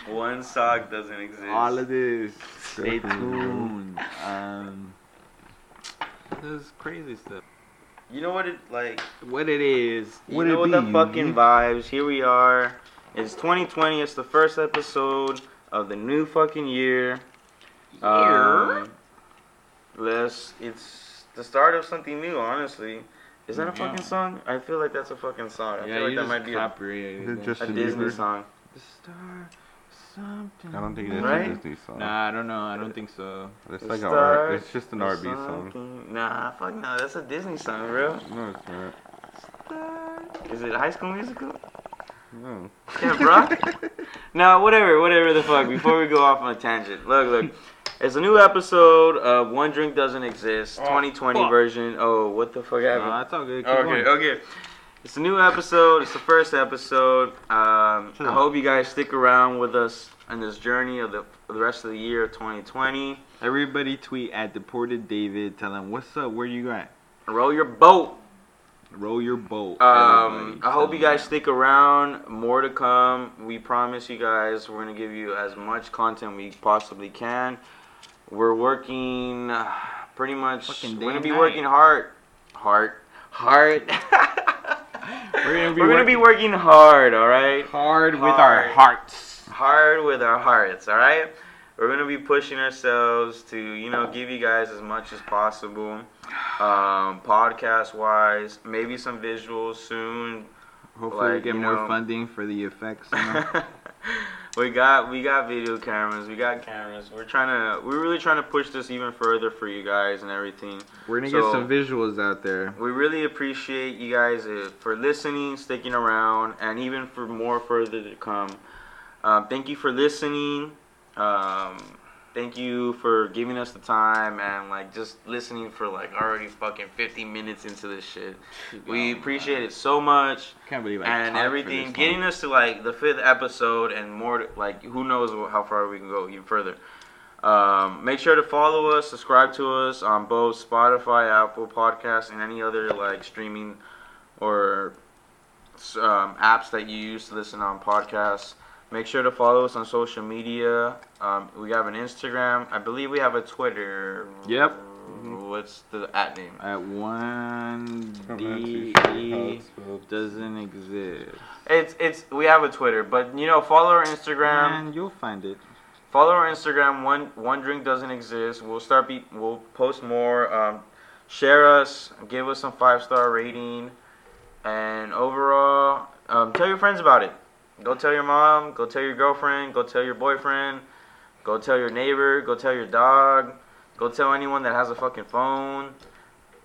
[SPEAKER 3] One sock doesn't exist.
[SPEAKER 1] All of this. Stay
[SPEAKER 2] Definitely.
[SPEAKER 1] tuned. Um, this is crazy stuff.
[SPEAKER 3] you know what it like.
[SPEAKER 1] What it is.
[SPEAKER 3] You
[SPEAKER 1] what
[SPEAKER 3] know
[SPEAKER 1] it
[SPEAKER 3] what
[SPEAKER 1] be,
[SPEAKER 3] the
[SPEAKER 1] you
[SPEAKER 3] fucking
[SPEAKER 1] need-
[SPEAKER 3] vibes. Here we are. It's 2020. It's the first episode of the new fucking year.
[SPEAKER 1] Year?
[SPEAKER 3] Um, let's. It's the start of something new. Honestly, is that a
[SPEAKER 1] Yeah.
[SPEAKER 3] fucking song? I feel like that's a fucking song. I
[SPEAKER 1] Yeah,
[SPEAKER 3] feel like
[SPEAKER 1] you
[SPEAKER 3] that
[SPEAKER 1] just
[SPEAKER 3] might be a,
[SPEAKER 1] copyrighted
[SPEAKER 2] Is it
[SPEAKER 1] that.
[SPEAKER 2] just
[SPEAKER 3] a
[SPEAKER 2] Justin
[SPEAKER 3] Disney
[SPEAKER 2] Bieber?
[SPEAKER 3] song.
[SPEAKER 1] the star something.
[SPEAKER 2] I don't think that's
[SPEAKER 3] Right?
[SPEAKER 2] a Disney song.
[SPEAKER 1] Nah, I don't know. I don't think so.
[SPEAKER 2] It's
[SPEAKER 3] The
[SPEAKER 2] like an
[SPEAKER 3] stars
[SPEAKER 2] R. It's just an
[SPEAKER 3] or
[SPEAKER 2] R&B song.
[SPEAKER 3] something. Nah, fuck no. That's a Disney song, bro.
[SPEAKER 2] No, it's not.
[SPEAKER 3] Is it High School Musical?
[SPEAKER 1] Hmm.
[SPEAKER 2] No.
[SPEAKER 3] Yeah, bro. no, whatever, whatever the fuck. Before we go off on a tangent, look, look. It's a new episode of One Drink Doesn't Exist, 2020
[SPEAKER 1] fuck.
[SPEAKER 3] version. Oh, what the fuck happened?
[SPEAKER 1] Nah, it's all good. Keep
[SPEAKER 3] Oh, okay,
[SPEAKER 1] going.
[SPEAKER 3] okay. It's a new episode. It's the first episode. Um, I hope you guys stick around with us in this journey of the, of the rest of the year of 2020.
[SPEAKER 1] Everybody tweet at Deported David. Tell him, what's up? Where you at?
[SPEAKER 3] Roll your boat.
[SPEAKER 1] Roll your boat.
[SPEAKER 3] Um,
[SPEAKER 1] everybody.
[SPEAKER 3] I hope you
[SPEAKER 1] Tell 'em.
[SPEAKER 3] guys stick around. More to come. We promise you guys we're gonna give you as much content we possibly can. We're working uh, pretty much.
[SPEAKER 1] Fucking day
[SPEAKER 3] we're gonna
[SPEAKER 1] and
[SPEAKER 3] be
[SPEAKER 1] night.
[SPEAKER 3] working hard, hard, hard.
[SPEAKER 1] We're gonna be
[SPEAKER 3] we're gonna be working hard. All right.
[SPEAKER 1] hard with our
[SPEAKER 3] hard.
[SPEAKER 1] hearts.
[SPEAKER 3] hard with our hearts, all right? We're going to be pushing ourselves to, you know, give you guys as much as possible, um, podcast wise, maybe some visuals soon.
[SPEAKER 1] Hopefully, we
[SPEAKER 3] Like,
[SPEAKER 1] get
[SPEAKER 3] you
[SPEAKER 1] more
[SPEAKER 3] know-
[SPEAKER 1] funding for the effects. you know?
[SPEAKER 3] we got we got video cameras, we got cameras. We're trying to we're really trying to push this even further for you guys and everything.
[SPEAKER 1] We're gonna
[SPEAKER 3] So-
[SPEAKER 1] get some visuals out there.
[SPEAKER 3] We really appreciate you guys uh, for listening, sticking around, and even for more further to come. Um, thank you for listening. Um, thank you for giving us the time and like just listening for like already fucking 50 minutes into this shit. We appreciate it so much
[SPEAKER 1] Can't believe I talked
[SPEAKER 3] and
[SPEAKER 1] for
[SPEAKER 3] everything.
[SPEAKER 1] this
[SPEAKER 3] Getting
[SPEAKER 1] long.
[SPEAKER 3] us to like the fifth episode and more. to- Like who knows wh- how far we can go even further. Um, make sure to follow us, subscribe to us on both Spotify, Apple Podcasts, and any other like streaming or s- um, apps that you use to listen on podcasts. Make sure to follow us on social media. Um, we have an Instagram. I believe we have a Twitter.
[SPEAKER 1] Yep.
[SPEAKER 3] What's the at name?
[SPEAKER 1] at one D E doesn't exist.
[SPEAKER 3] It's it's we have a Twitter, but you know follow our Instagram.
[SPEAKER 1] And you'll find it.
[SPEAKER 3] follow our Instagram. One one drink doesn't exist. We'll start. Be, we'll post more. Um, share us. Give us some five star rating. And overall, um, tell your friends about it. Go tell your mom. Go tell your girlfriend. Go tell your boyfriend. Go tell your neighbor. Go tell your dog. Go tell anyone that has a fucking phone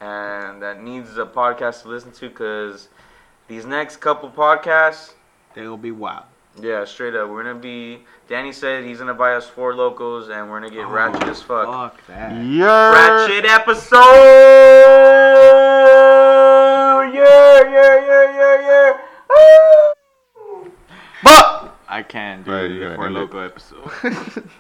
[SPEAKER 3] and that needs a podcast to listen to. Cause these next couple podcasts,
[SPEAKER 1] They'll be wild.
[SPEAKER 3] yeah, straight up. We're gonna be. Danny said he's gonna buy us four locals, and we're
[SPEAKER 1] Oh
[SPEAKER 3] gonna get ratchet as fuck.
[SPEAKER 1] Fuck that.
[SPEAKER 2] Yeah.
[SPEAKER 3] Ratchet episode. Yeah, yeah, yeah, yeah, yeah. Woo!
[SPEAKER 2] But.
[SPEAKER 1] I can't do
[SPEAKER 2] Right, you
[SPEAKER 1] the
[SPEAKER 2] gotta
[SPEAKER 1] Four
[SPEAKER 2] end it.
[SPEAKER 1] Loco episode.